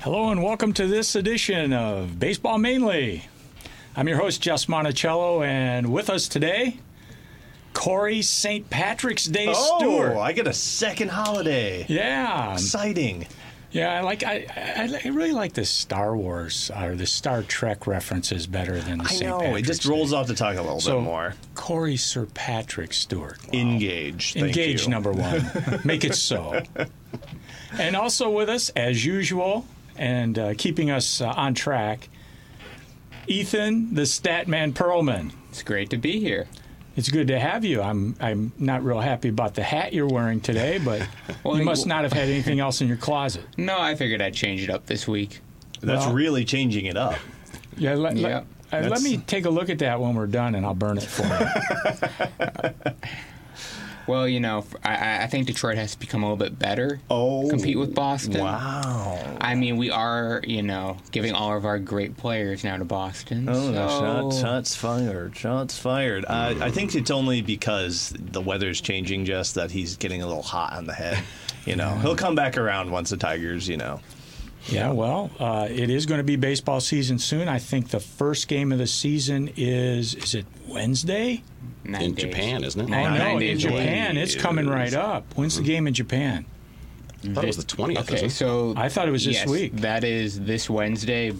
Hello and welcome to this edition of Baseball Mainly. I'm your host, Jess Monticello, and with us today, Corey St. Patrick's Day Stewart. Oh, I get a second holiday. Yeah, Exciting. yeah. I like. I, I, I really like this Star Wars uh, or the Star Trek references better than the I St. know. Patrick's it just Day. rolls off the tongue a little So, bit more. Corey Sir Patrick Stewart. Engage. Thank Engage you. number one. Make it so. And also with us, as usual, and uh, keeping us uh, on track, Ethan, the Statman Perlman. It's great to be here. It's good to have you. I'm I'm not real happy about the hat you're wearing today, but you you- must not have had anything else in your closet. No, I figured I'd change it up this week. That's Well- really changing it up. Yeah, let, let- Yeah, uh, let that's- me take a look at that when we're done, and I'll burn it for you. Well, you know, f- I- I, I think Detroit has to become a little bit better. Oh, compete with Boston. Wow. I mean, we are, you know, giving all of our great players now to Boston. Oh, no, so- shots, shots fired. Shots fired. Uh, I think it's only because the weather's changing, just that he's getting a little hot on the head. You know, he'll come back around once the Tigers, you know. Yeah, well, uh, it is going to be baseball season soon. I think the first game of the season is is it Wednesday? nine in days. Japan, isn't it? Oh Nine no, in days away. Japan, it's coming right up. When's the game in Japan? I thought it was the 20th. Okay, isn't it? so I thought it was this yes, week. That is this Wednesday,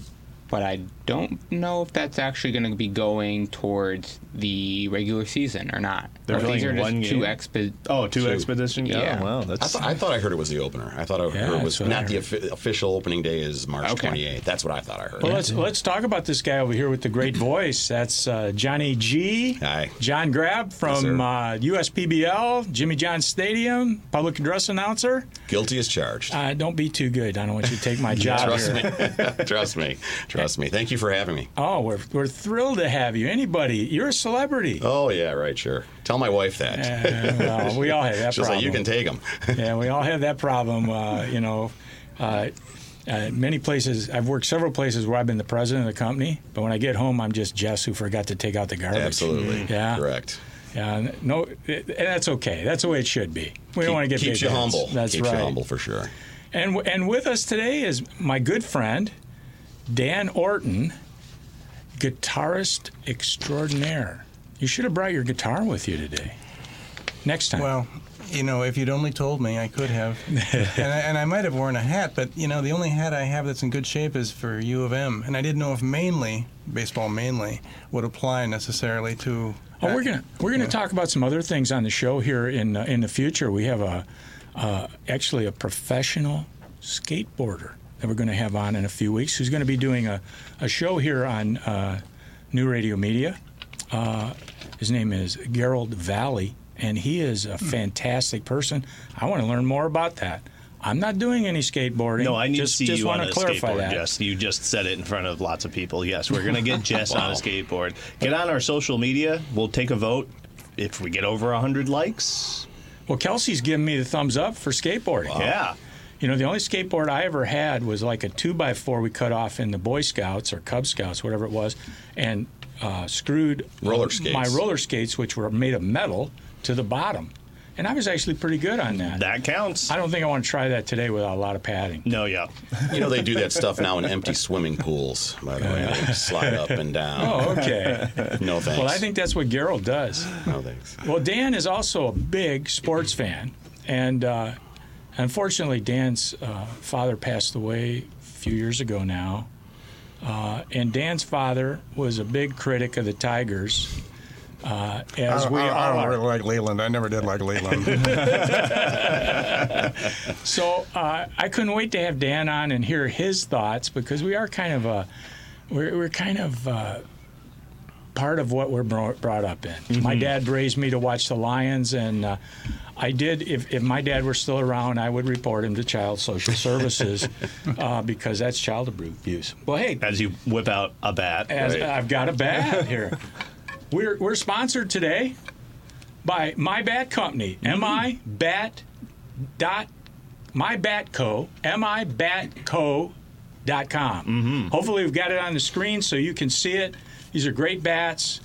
but I don't know if that's actually going to be going towards the regular season or not. They're Or if these playing are just one two game? expo- Oh, two, Two. expedition. Yeah. Oh, wow, I, that's thought I thought I heard it was the opener. I thought I Yeah, heard it that's was what I not the offi- official opening day is March Okay. 28th. That's what I thought I heard. Well, let's let's talk about this guy over here with the great voice. That's uh, Johnny G. Hi. John Grab from sir. uh, USPBL, Jimmy John Stadium, public address announcer. Guilty as charged. Uh, don't be too good. I don't want you to take my job Trust here. me. Trust me. Trust me. Thank you for having me. Oh, we're we're thrilled to have you. Anybody, you're a celebrity. Oh, yeah, right, sure. Tell my wife that. Uh, well, we all have that She'll problem. say, you can take them. yeah, we all have that problem. Uh, you know, uh, uh, many places. I've worked several places where I've been the president of the company, but when I get home, I'm just Jess who forgot to take out the garbage. Absolutely. Yeah. Correct. Yeah. n- No, and that's okay. That's the way it should be. We don't want to get Keeps big you heads. humble. That's Keeps right. you humble for sure. And w- and with us today is my good friend Dan Orton, guitarist extraordinaire. You should have brought your guitar with you today. Next time. Well, you know, if you'd only told me, I could have. and, I, and I might have worn a hat, but you know, the only hat I have that's in good shape is for U of M, and I didn't know if mainly baseball mainly would apply necessarily to. Oh, we're gonna we're gonna talk about some other things on the show here in uh, in the future. We have a uh, actually a professional skateboarder that we're going to have on in a few weeks, who's going to be doing a, a show here on uh, New Radio Media. Uh, his name is Gerald Valley, and he is Hmm. a fantastic person. I want to learn more about that. I'm not doing any skateboarding. No, I need just, to see just you on want a to clarify skateboard, that. Jess. You just said it in front of lots of people. Yes, we're going to get Jess on a skateboard. Get on our social media. We'll take a vote. If we get over 100 likes, Well, Kelsey's giving me the thumbs up for skateboarding. yeah. You know, the only skateboard I ever had was like a two by four we cut off in the Boy Scouts or Cub Scouts, whatever it was, and uh, screwed Roller skates. my roller skates, which were made of metal, to the bottom. And I was actually pretty good on that. That counts. I don't think I want to try that today without a lot of padding. No, yeah. You know, they do that stuff now in empty swimming pools, by the way. They slide up and down. Oh, okay. No thanks. well, I think that's what Gerald does. No thanks. Well, Dan is also a big sports fan, and uh, unfortunately, Dan's uh, father passed away a few years ago now. Uh, and Dan's father was a big critic of the Tigers, uh, as we I, I all don't are. really like Leland. I never did like Leland. So uh, I couldn't wait to have Dan on and hear his thoughts because we are kind of a, we're, we're kind of uh, part of what we're bro- brought up in. My dad raised me to watch the Lions, and uh, I did. If, if my dad were still around, I would report him to Child Social Services uh, because that's child abuse. Well, hey, As you whip out a bat. as uh, Right. I've got a bat here. We're we're sponsored today by My Bat Company. Mi Bat dot My Bat Co. Mi Bat Co. dot com. Hopefully, we've got it on the screen so you can see it. These are great bats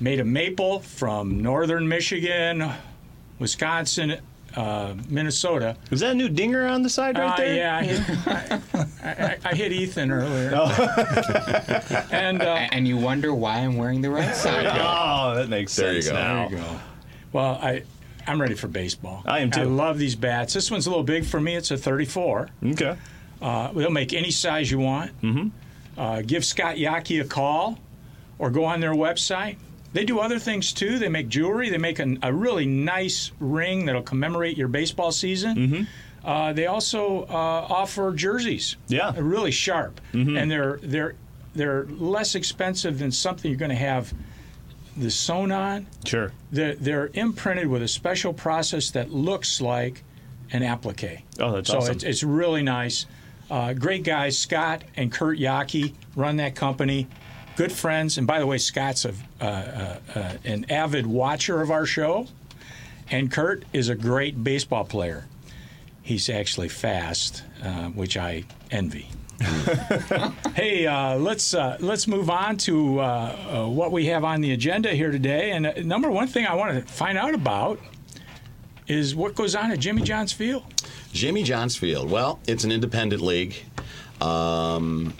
made of maple from northern Michigan, Wisconsin, uh, Minnesota. Is that a new dinger on the side right Uh, there? yeah, I hit, I, I, I hit Ethan earlier. and uh, A- And you wonder why I'm wearing the right side. Oh, that makes There you sense go. now. There you go. Well, I I'm ready for baseball. I am too. I love these bats. This one's a little big for me. It's a 34. Okay. Uh-huh. Uh, they'll make any size you want. Mm-hmm. Uh, give Scott Yaki a call, or go on their website. They do other things too. They make jewelry. They make an, a really nice ring that'll commemorate your baseball season. Mm-hmm. Uh, they also uh, offer jerseys. Yeah. Mm-hmm. They're really sharp, and they're they're they're less expensive than something you're going to have the sewn on Sure. they're, they're imprinted with a special process that looks like an applique. Oh, that's so awesome. it's, it's really nice. Uh, great guys, Scott and Kurt Yaki run that company. Good friends, and by the way, Scott's a, uh, uh, uh, an avid watcher of our show, and Kurt is a great baseball player. He's actually fast, uh, which I envy. Hey, uh, let's uh, let's move on to uh, uh, what we have on the agenda here today. And uh, number one thing I want to find out about is what goes on at Jimmy John's Field. Jimmy Johnsfield. Well, it's an independent league. Um,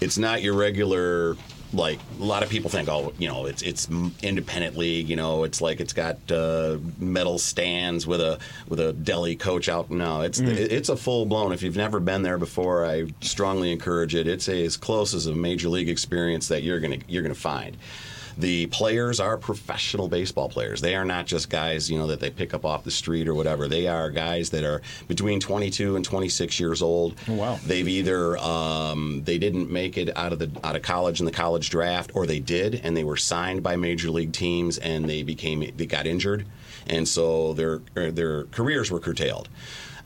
it's not your regular. Like a lot of people think, oh, you know, it's it's m- independent league. You know, it's like it's got uh, metal stands with a with a deli coach out. No, it's it's a full blown. If you've never been there before, I strongly encourage it. It's as close as a major league experience that you're gonna you're gonna find. The players are professional baseball players. They are not just guys, you know, that they pick up off the street or whatever. They are guys that are between 22 and 26 years old. wow. They've either um, they didn't make it out of the out of college in the college draft, or they did and they were signed by major league teams and they became they got injured, and so their er, their careers were curtailed.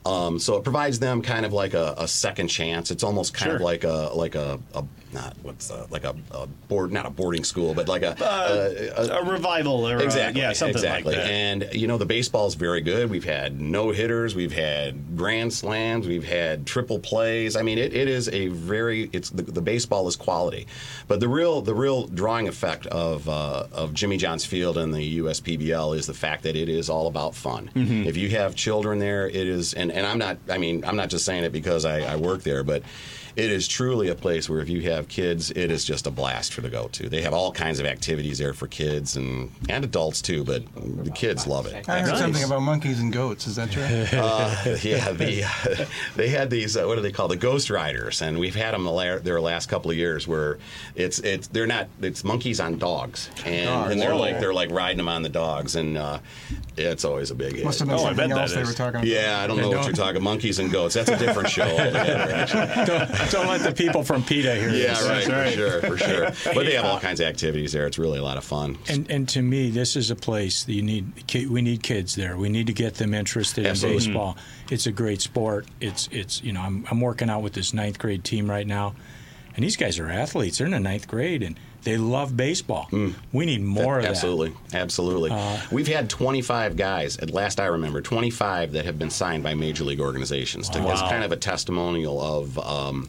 Um, so it provides them kind of like a, a second chance. It's almost kind of Sure. like a like a, a not what's a, like a, a board not a boarding school, but like a, a, a A revival or a- Exactly. yeah, something exactly. like that. And you know, the baseball's very good. We've had no hitters, we've had grand slams, we've had triple plays. I mean, it, it is a very it's the, the baseball is quality, but the real the real drawing effect of uh, of Jimmy John's Field and the USPBL is the fact that it is all about fun. Mm-hmm. If you have children there, it is, and and I'm not. I mean, I'm not just saying it because I, I work there, but it is truly a place where if you have kids, it is just a blast for to go to. They have all kinds of activities there for kids and, and adults too, but the kids love it. I heard Nice. something about monkeys and goats. Is that true? Uh, yeah, the, uh, they had these uh, what are they called? The Ghost Riders, and we've had them the la- their last couple of years where it's it's they're not it's monkeys on dogs, and, Dogs. and they're Whoa. like they're like riding them on the dogs, and uh, it's always a big hit. Must have been Oh, I bet something that else they is. were talking about. yeah, I don't know what you're talking. Monkeys and goats. That's a different show. altogether, actually. Don't, don't let the people from PETA hear Yeah, this. right, right. for sure, for sure. But they have all kinds of activities there. It's really a lot of fun. And, and to me, this is a place that you need. ki- We need kids there. We need to get them interested Absolutely. in baseball. It's a great sport. It's it's you know I'm I'm working out with this ninth grade team right now, and these guys are athletes. They're in the ninth grade and they love baseball. We need more of that. Uh, Mm. absolutely, absolutely. We've had 25 guys at last I remember, 25 that have been signed by major league organizations. To- It's kind of a testimonial of. Um,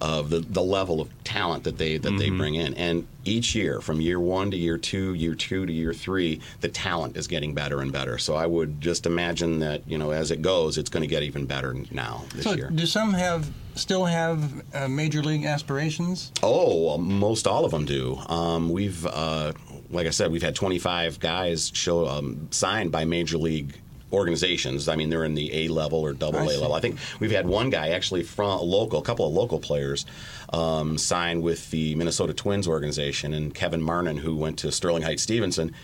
of the, the level of talent that they that Mm-hmm. they bring in, and each year, from year one to year two, year two to year three, the talent is getting better and better. So I would just imagine that you know as it goes, it's going to get even better now this So, year. do some have still have uh, major league aspirations? Oh, uh, most all of them do. Um, we've, uh, like I said, we've had 25 guys show um, signed by major league organizations. I mean, they're in the A level or double I A see. level. I think we've had one guy actually from a local, a couple of local players um, sign with the Minnesota Twins organization, and Kevin Marnin, who went to Sterling Heights Stevenson.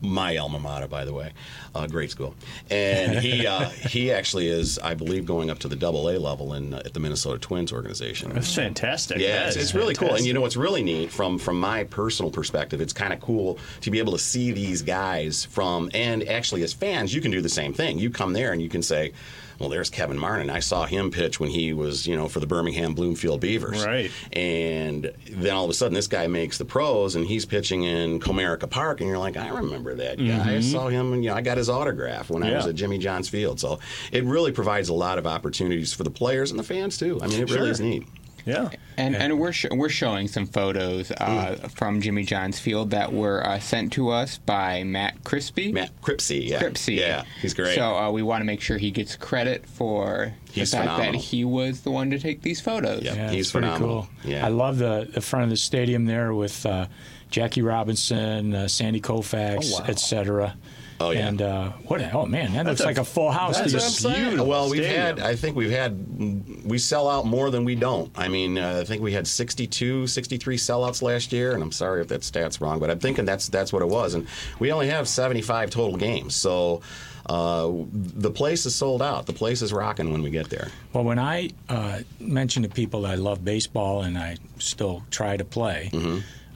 My alma mater, by the way, uh, great school, and he uh, he actually is, I believe, going up to the Double A level in uh, at the Minnesota Twins organization. It's fantastic. Yeah, That it's, is it's really cool. And fantastic. you know what's really neat from from my personal perspective, it's kind of cool to be able to see these guys from and actually as fans, you can do the same thing. You come there and you can say, "Well, there's Kevin Martin. I saw him pitch when he was, you know, for the Birmingham Bloomfield Beavers." Right. And then all of a sudden this guy makes the pros and he's pitching in Comerica Park and you're like, "I remember that guy. I saw him and you know, I got his autograph when I Mm-hmm. Yeah. was at Jimmy Johns Field." So, it really provides a lot of opportunities for the players and the fans too. I mean, it really Sure. is neat. Yeah. And, and we're sh- we're showing some photos uh, from Jimmy John's field that were uh, sent to us by Matt Crispy. Matt Cripsey, yeah, Cripsey. yeah, he's great. So uh, we want to make sure he gets credit for He's the fact phenomenal. that he was the one to take these photos. Yeah. Yeah, He's it's pretty phenomenal. cool. Yeah. I love the, the front of the stadium there with uh, Jackie Robinson, uh, Sandy Koufax, Oh, wow. et cetera. Oh, yeah. And uh, what? Oh man, that looks a- like a full house. that's to a you. beautiful Beautiful Well, we've stadium. had. I think we've had. We sell out more than we don't. I mean, uh, I think we had 62, 63 sellouts last year, and I'm sorry if that stat's wrong, but I'm thinking that's that's what it was. And we only have 75 total games, so uh, the place is sold out. The place is rocking when we get there. Well, when I uh, mention to people that I love baseball and I still try to play,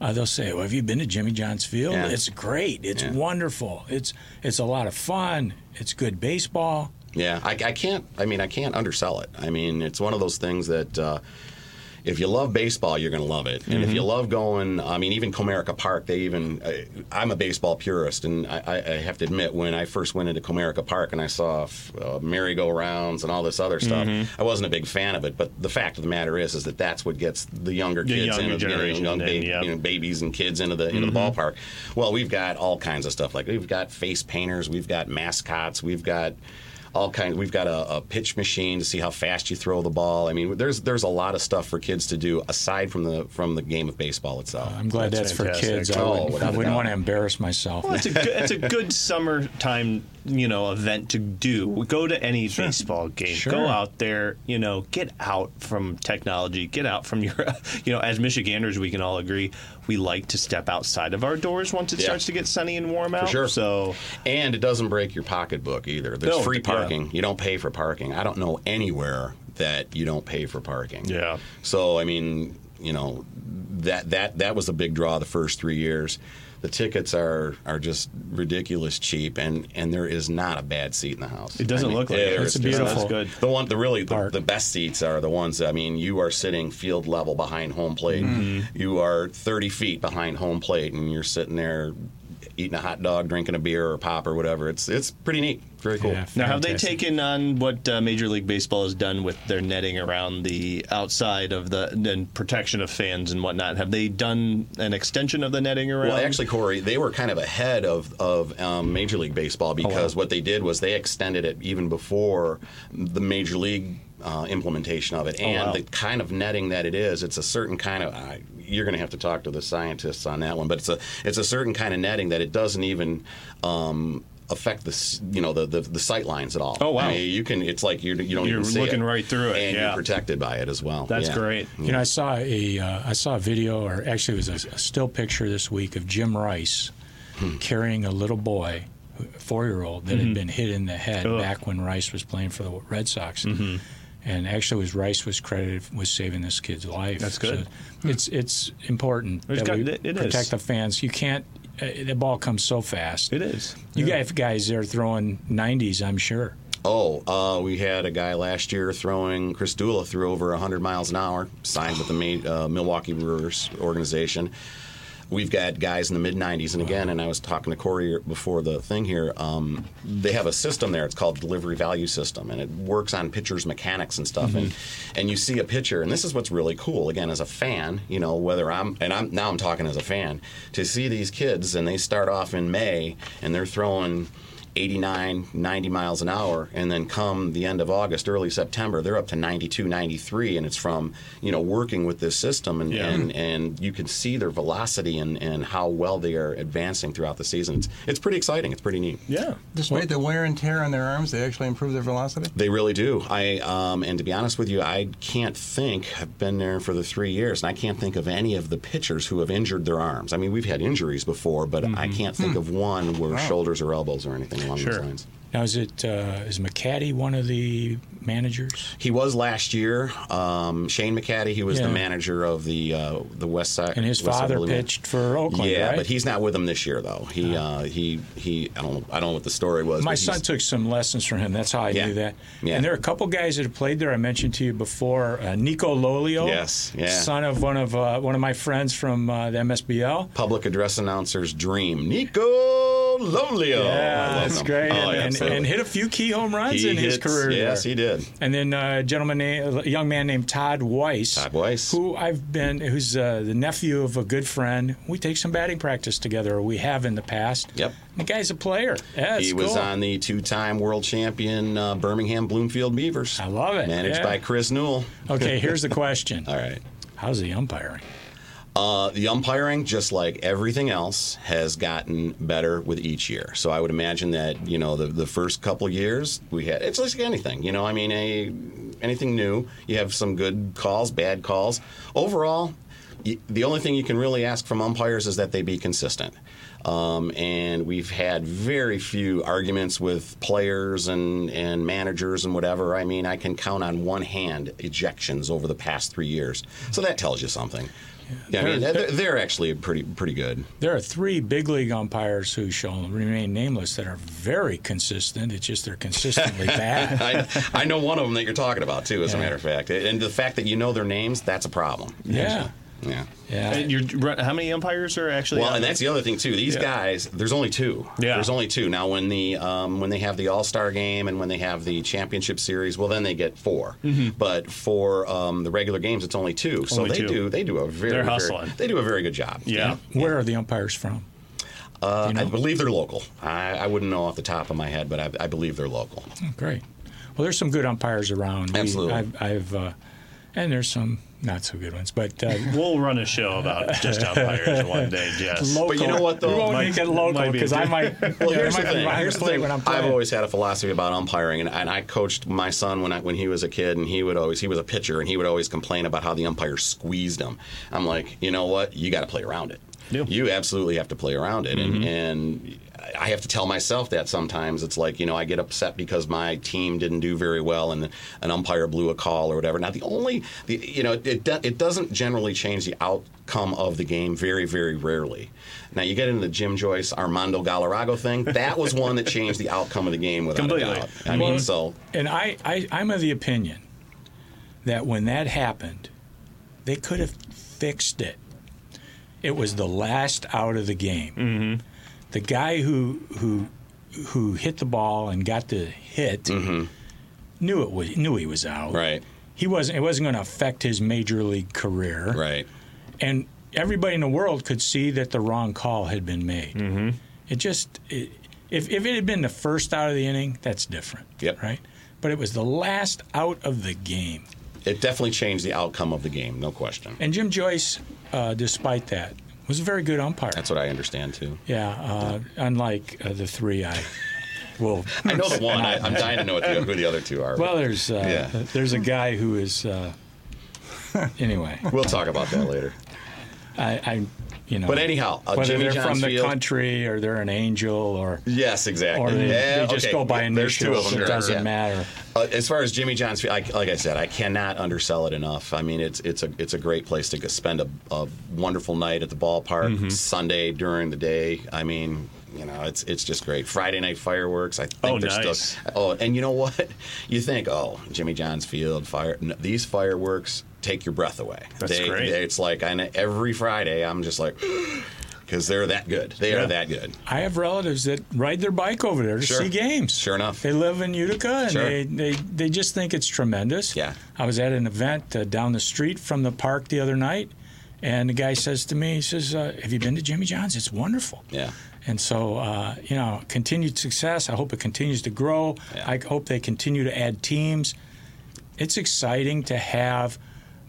uh, they'll say, "Well, have you been to Jimmy John's Field? Mm-hmm. Yeah. It's great. It's Yeah. wonderful. It's it's a lot of fun. It's good baseball." Yeah, I, I can't. I mean, I can't undersell it. I mean, it's one of those things that uh, if you love baseball, you're going to love it, and if Mm-hmm. you love going, I mean, even Comerica Park, they even. I, I'm a baseball purist, and I, I I have to admit, when I first went into Comerica Park and I saw uh, merry-go-rounds and all this other stuff, Mm-hmm. I wasn't a big fan of it. But the fact of the matter is, is that that's what gets the younger The kids younger into you know, generation young ba- in, yeah. you know, babies and kids into the into the ballpark. Well, we've got all kinds of stuff. Like we've got face painters, we've got mascots, we've got all kinds. We've got a, a pitch machine to see how fast you throw the ball. I mean, there's there's a lot of stuff for kids to do aside from the from the game of baseball itself. I'm glad That's that's, for fantastic. kids. I Oh, wouldn't, without I a wouldn't doubt. want to embarrass myself. Well, it's a good, it's a good summertime, you know, event to do. Go to any baseball game. Sure. Go out there, you know, get out from technology. Get out from your, you know, as Michiganders, we can all agree we like to step outside of our doors once it Yeah. starts to get sunny and warm out. sure. So And it doesn't break your pocketbook either. There's No, free yeah. parking. You don't pay for parking. I don't know anywhere that you don't pay for parking. Yeah. So I mean, you know, that that that was a big draw the first three years. The tickets are are just ridiculous cheap, and and there is not a bad seat in the house. it doesn't I mean, look like it. there It's is a just- beautiful- That's good. the one, the really, the, Park. the best seats are the ones. I mean, you are sitting field level behind home plate. Mm-hmm. You are 30 feet behind home plate, and you're sitting there eating a hot dog, drinking a beer or a pop or whatever. It's it's pretty neat. Very cool. Yeah. Now, have they Fantastic. taken on what uh, Major League Baseball has done with their netting around the outside of the and protection of fans and whatnot? Have they done an extension of the netting around? Well, actually, Corey, they were kind of ahead of of um, Major League Baseball Oh, because what they did was they extended it even before the Major League uh, implementation of it, and Oh, wow. the kind of netting that it is. It's a certain kind of. I you're going to have to talk to the scientists on that one, but it's a it's a certain kind of netting that it doesn't even. Um, affect the s- you know the, the the sight lines at all. Oh, wow. I mean, you can it's like you're you don't You're even see looking it. right through it, and yeah. you're protected by it as well. That's Yeah. great. You know, I saw a uh, I saw a video, or actually, it was a, a still picture this week of Jim Rice Hmm. carrying a little boy, four year old, that had been hit in the head Ugh. Mm-hmm. back when Rice was playing for the Red Sox. And actually, was Rice was credited with saving this kid's life. That's good. So it's it's important It's that got- we it- it protect is. the fans. You can't. Uh, the ball comes so fast. It is. You have guys there throwing 90s, I'm sure. Oh, uh, we had a guy last year throwing Chris Dula threw over 100 miles an hour, signed with the ma- uh, Milwaukee Brewers organization. We've got guys in the mid 90s, and again, and I was talking to Corey before the thing here. Um, they have a system there. It's called delivery value system, and it works on pitchers' mechanics and stuff. And and you see a pitcher, and this is what's really cool. Again, as a fan, you know whether I'm and I'm now I'm talking as a fan to see these kids, and they start off in May, and they're throwing. 89, 90 miles an hour, and then come the end of August, early September, they're up to 92, 93, and it's from you know working with this system, and Yeah. and, and you can see their velocity and, and how well they are advancing throughout the season. It's, it's pretty exciting. It's pretty neat. Yeah. Despite the wear and tear on their arms, they actually improve their velocity. They really do. I um, and to be honest with you, I can't think. I've been there for the three years, and I can't think of any of the pitchers who have injured their arms. I mean, we've had injuries before, but Mm-hmm. I can't think Hmm. of one where shoulders or elbows or anything along Sure. those lines. Now, is it uh, is McCaddy one of the managers? He was last year. Um, Shane McCaddy, he was the Yeah. manager of the uh, the West Side. And his West Side father Willie Man- pitched for Oakland, Yeah, right? but he's not with them this year though. He uh, he he. I don't I don't know what the story was. My but he's- son took some lessons from him. That's how I Yeah. knew that. Yeah. And there are a couple guys that have played there. I mentioned to you before, uh, Nico Lolio, Yes, yeah. son of one of uh, one of my friends from uh, the MSBL. public address announcer's dream. Nico lonely. Yeah, that's great. Oh, yeah, and, and, absolutely. and hit a few key home runs He in his hits- career. Yes, there. he did. And then uh, a gentleman, na- a young man named Todd Weiss. Todd Weiss. Who I've been, who's uh, the nephew of a good friend. We take some batting practice together, or we have in the past. Yep. The guy's a player. Yeah, he it's was cool. on the two-time world champion uh, Birmingham Bloomfield Beavers. I love it. Managed Yeah. Oh. by Chris Newell. Okay, here's the question All right. How's the umpiring? Uh, the umpiring, just like everything else, has gotten better with each year. So I would imagine that you know the, the first couple years we had it's like anything. You know, I mean, a, anything new, you have some good calls, bad calls. Overall, y- the only thing you can really ask from umpires is that they be consistent. Um, and we've had very few arguments with players and, and managers and whatever. I mean, I can count on one hand ejections over the past three years. So that tells you something. Yeah, I mean, They're- they're, they're actually pretty pretty good. There are three big league umpires who shall remain nameless that are very consistent. It's just they're consistently bad. I, I know one of them that you're talking about too, as a matter of fact. And the fact that you know their names, that's a problem. Yeah. Yeah. Yeah. And you're, how many umpires are actually? Uh, Well, on and that? that's the other thing too. These guys, there's only two. Yeah. There's only two. Now, when the um, when they have the All Star game and when they have the Championship Series, well, then they get 4 But for um, the regular games, it's only two. So Mm-hmm. Only they two. do they do a very, They're very- hustling. they do a very good job. yeah. Where are the umpires from? Uh, I believe they're local. I, I wouldn't know off the top of my head, but I, I believe they're local. Oh, Great. Well, there's some good umpires around. We- Absolutely. I've, I've uh, and there's some not so good ones, but uh, We'll run a show about just umpires one day, Jess. local. you know what, though? We won't Might- make it local might be a because I good- might. Well, yeah, here's I the might be thing. behind Here's the the plate thing. when I'm I've playing. always had a philosophy about umpiring, and, and I coached my son when I, when he was a kid, and he would always he was a pitcher, and he would always complain about how the umpire squeezed him. I'm like, you know what? You got to play around it. Yeah. You absolutely have to play around it, and, and I have to tell myself that sometimes it's like you know I get upset because my team didn't do very well, and an umpire blew a call or whatever. Now the only the you know it do- it doesn't generally change the outcome of the game very very rarely. Now you get into the Jim Joyce Armando Galarrago thing. That was one that changed the outcome of the game without Completely. a doubt. I mean, so And I, I, I'm of the opinion that when that happened, they could have fixed it. It was the last out of the game. Mm-hmm. The guy who who who hit the ball and got the hit knew it was knew he was out. right, He wasn't. It wasn't going to affect his major league career. right, And everybody in the world could see that the wrong call had been made. Mm-hmm. It just, it, if, if it had been the first out of the inning, that's different. Yep. Right? But it was the last out of the game. it definitely changed the outcome of the game, no question. And Jim Joyce, uh, despite that, was a very good umpire. That's what I understand too. yeah, uh, unlike uh, the three I will. I know the one. I, I'm dying to know what the, who the other two are. Well, there's uh, Yeah. there's a guy who is. Uh, anyway, we'll talk about that later. I, I you know. But anyhow, uh, whether Jimmy they're from John's the field- country or they're an angel or Yes, exactly. or they, yeah, they just okay. go by Yeah, there's two initials. of them, It sure, doesn't yeah. matter. Uh, as far as Jimmy John's, I, like I said, I cannot undersell it enough. I mean, it's it's a it's a great place to go spend a, a wonderful night at the ballpark Mm-hmm. Sunday during the day. I mean. You know, it's it's just great. Friday night fireworks. I think Oh, they're nice. still. Oh, and you know what? You think, oh, Jimmy John's Field fire. No, these fireworks take your breath away. That's They- great. they- it's like I know, every Friday I'm just like, because they're that good. They Yeah. are that good. I have relatives that ride their bike over there to Sure. see games. Sure enough. They live in Utica and Sure. they, they, they just think it's tremendous. Yeah. I was at an event uh, down the street from the park the other night, and the guy says to me, he says, uh, Have you been to Jimmy John's? It's wonderful. Yeah. And so, uh, you know, continued success. I hope it continues to grow. Yeah. I hope they continue to add teams. It's exciting to have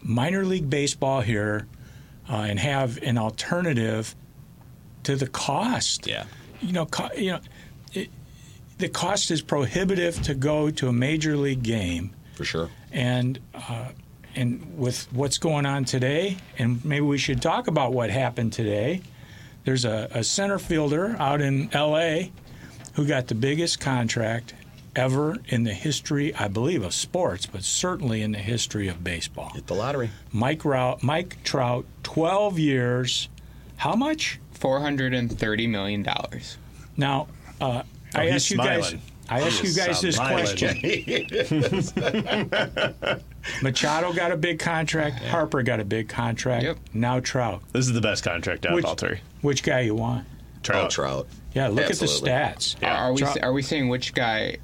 minor league baseball here uh, and have an alternative to the cost. Yeah. You know, co- you know, it, the cost is prohibitive to go to a major league game, For sure. and uh, and with what's going on today, and maybe we should talk about what happened today. There's a, a center fielder out in L.A. who got the biggest contract ever in the history, I believe, of sports, but certainly in the history of baseball. Hit the lottery. Mike, Rou- Mike Trout, 12 years. How much? Four hundred and thirty million dollars. Now, uh, I Oh, he's ask you guys. smiling. I ask you is guys this smiling. question. Machado got a big contract. Harper got a big contract. Yep. Now Trout. This is the best contract out of Which, all three. which guy you want? Oh, Trout. Trout. Yeah, look Absolutely. at the stats. Yeah. Are we Drop- are we saying which guy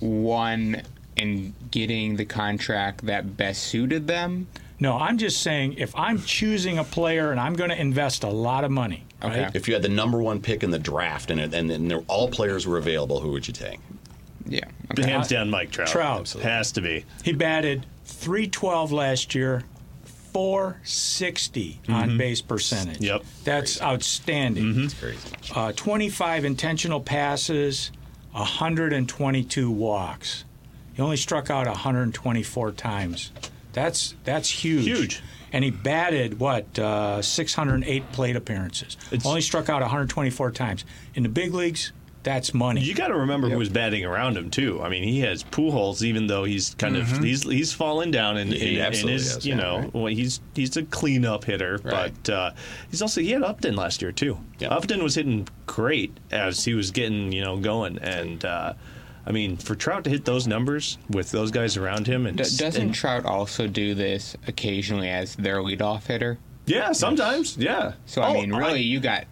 won in getting the contract that best suited them? No, I'm just saying if I'm choosing a player and I'm going to invest a lot of money, Okay. right? If you had the number one pick in the draft and it- and then there- all players were available, who would you take? Yeah. Okay. Hands down, Mike Trout. Trout. Absolutely. has to be. He batted 312 last year, 460 on base percentage. Yep. That's outstanding. It's crazy. Uh, 25 intentional passes, 122 walks. He only struck out 124 times. That's that's huge. Huge. And he batted what uh, 608 plate appearances. It's- only struck out 124 times. In the big leagues, that's money. You got to remember who was batting around him too. I mean, he has Pujols, even though he's kind of he's he's fallen down and, Mm-hmm. He- he and, absolutely is has, you yeah, know right. well, he's he's a cleanup hitter, Right. but uh, he's also he had Upton last year too. Yeah. Upton was hitting great as he was getting you know going, and uh, I mean for Trout to hit those numbers with those guys around him and D- doesn't and- Trout also do this occasionally as their leadoff hitter? yeah sometimes yeah. So I Oh, mean, really, you got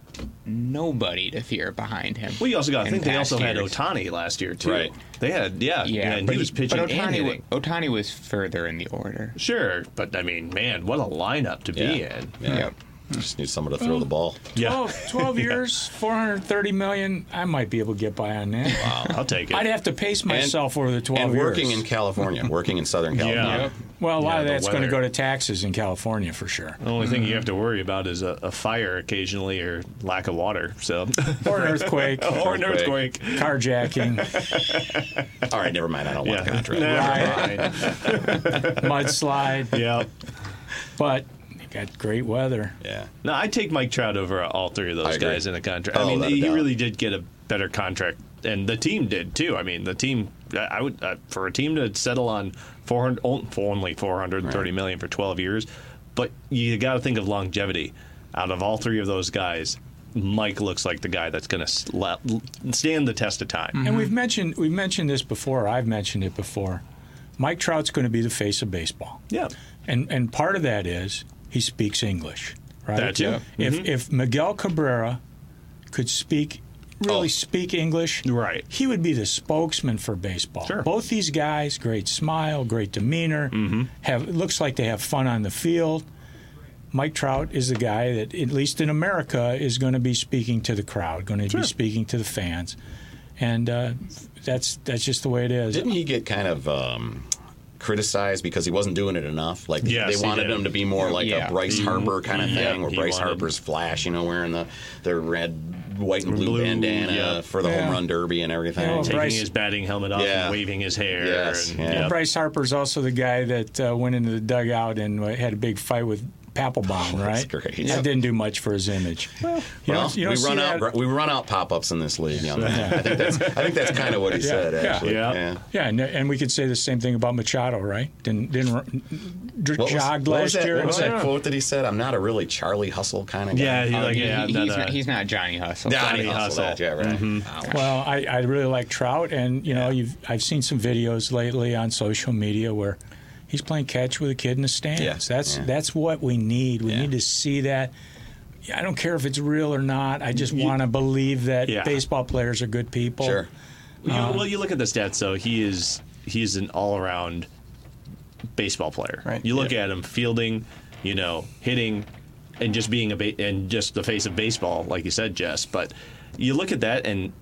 nobody to fear behind him. well, you also got to in think they past also had years. Otani last year too. Right. They had yeah Yeah, and but he was pitching But and hitting. Otani, Otani was further in the order. Sure, but I mean, man, what a lineup to be Yeah. in. Yeah. Yep. Just need someone to throw the ball. 12, 12 years, 430 million. I might be able to get by on that. I'll take it. I'd have to pace myself over the 12 And years. working in California, working in Southern California. Yep. well, a lot Yeah, of the that's going to weather. go to taxes in California for sure. the only thing you have to worry about is a, a fire occasionally or lack of water. So, Or an earthquake, or an Earthquake. earthquake. carjacking, All right, never mind. I don't want to contract. Never mind. mudslide. yeah. But you got great weather. Yeah. No, I take Mike Trout over all three of I those agree. guys in a contract. Oh, I mean, without a he doubt. really did get a better contract, and the team did too. I mean, the team. I- I would uh, for a team to settle on 400 on- for only four hundred and thirty Right. million for twelve years, but you got to think of longevity. Out of all three of those guys, Mike looks like the guy that's going to stand the test of time. Mm-hmm. And we've mentioned we've mentioned this before. I've mentioned it before. Mike Trout's going to be the face of baseball. Yeah, And and part of that is he speaks English, right? That Mm-hmm. too. If if Miguel Cabrera could speak really Oh. speak English, Right. He would be the spokesman for baseball. Sure. Both these guys, great smile, great demeanor, Mm-hmm. have it looks like they have fun on the field. Mike Trout is the guy that, at least in America, is going to be speaking to the crowd, going to Sure. be speaking to the fans, and uh, that's that's just the way it is. Didn't he get kind of um, criticized because he wasn't doing it enough? Like Yes, they he wanted did. him to be more like Yeah. a Bryce Harper kind of Yeah, thing, where he Bryce wanted- Harper's flash, you know, wearing the the red, white, and blue, Blue, bandana yeah. for the Yeah. home run derby and everything. Yeah, taking Bryce- his batting helmet off Yeah. and waving his hair. Yes, and, yeah. yeah. Bryce Harper's also the guy that uh, went into the dugout and uh, had a big fight with Papelbaum, That's right? great. That didn't do much for his image. Well, you Well, don't- you don't we see run out that- we run out pop ups in this league. Young man. I think that's I think that's kind of what he said yeah. actually. Yeah. Yeah, and, and we could say the same thing about Machado, right? Didn't didn't run- dr- What was, jogged what last was that, year. What and was said- that quote that he said? I'm not a really Charlie Hustle kind of guy. Yeah, he- like, He- yeah, he's, that, uh, not, he's not Johnny Hustle. Johnny Johnny Hustle. Hustle. Yeah, right. Oh, Well, I, I really like Trout, and you know, you've I've seen some videos lately on social media where he's playing catch with a kid in the stands. Yeah. That's Yeah. that's what we need. We Yeah. need to see that. Yeah, I don't care if it's real or not. I just want to believe that Yeah. baseball players are good people. Sure. You, well, you look at the stats, though. He is he is an all around baseball player. Right. You look at him fielding, you know, hitting, and just being a ba- and just the face of baseball, like you said, Jess. But you look at that, and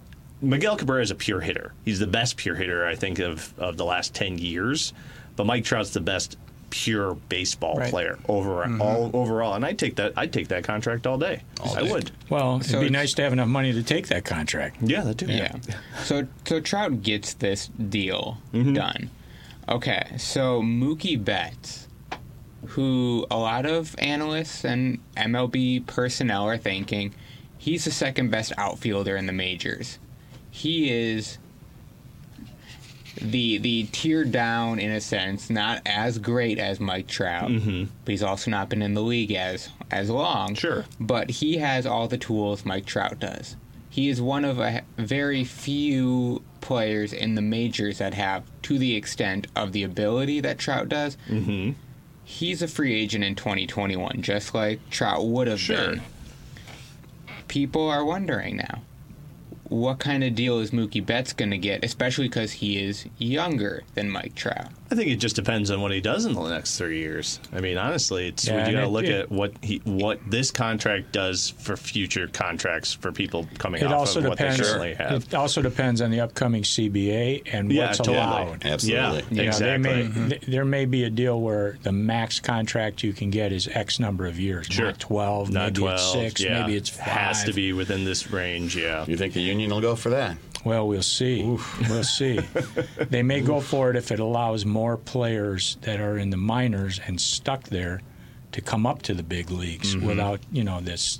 Miguel Cabrera is a pure hitter. He's the best pure hitter I think of of the last ten years. But Mike Trout's the best pure baseball Right. player over all overall, and I take that I would take that contract all day. I day. would. Well, So it'd be it's- nice to have enough money to take that contract. Yeah, that too. Yeah. So so Trout gets this deal Mm-hmm. done. Okay. So Mookie Betts, who a lot of analysts and MLB personnel are thinking, he's the second best outfielder in the majors. He is the the tier down in a sense, not as great as Mike Trout, but he's also not been in the league as as long. Sure. but he has all the tools Mike Trout does. He is one of a very few players in the majors that have to the extent of the ability that Trout does. Mm-hmm. He's a free agent in 2021, just like Trout would have Sure. been. People are wondering now what kind of deal is Mookie Betts going to get, especially because he is younger than Mike Trout. I think it just depends on what he does in the next three years. I mean, honestly, it's Yeah, we and got to it- look it- at what he what this contract does for future contracts for people coming It off also of depends. what they currently have. It also depends on the upcoming CBA and Yeah, what's totally. allowed. Absolutely. Yeah, You know, they exactly. Mm-hmm. may- th- there may be a deal where the max contract you can get is X number of years, Sure. not twelve, Not maybe it's 12, six, yeah. maybe it's five. Has to be within this range, yeah. You think the union will go for that? Well, we'll see. We'll see. they may go for it if it allows more players that are in the minors and stuck there to come up to the big leagues Mm-hmm. without, you know, this,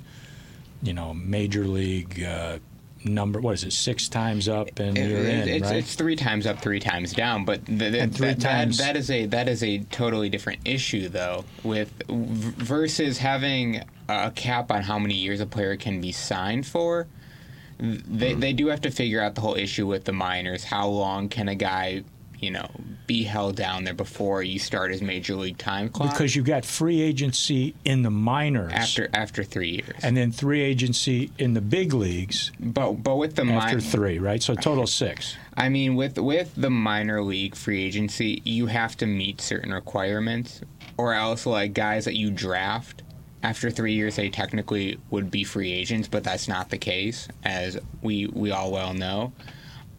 you know, major league uh, number. What is it? Six times up and It- you're it- in, it's, right? it's three times up, three times down, but th- th- And three that, times- that, that is a that is a totally different issue though, with v- versus having a cap on how many years a player can be signed for. Th- Mm-hmm. They they do have to figure out the whole issue with the minors. How long can a guy, you know, be held down there before you start his major league time clock? because you've got free agency in the minors after after three years, and then three agency in the big leagues but but with the after minors. three, right? So total six. I mean, with with the minor league free agency, you have to meet certain requirements, or else like guys that you draft after three years, they technically would be free agents, but that's not the case, as we we all well know.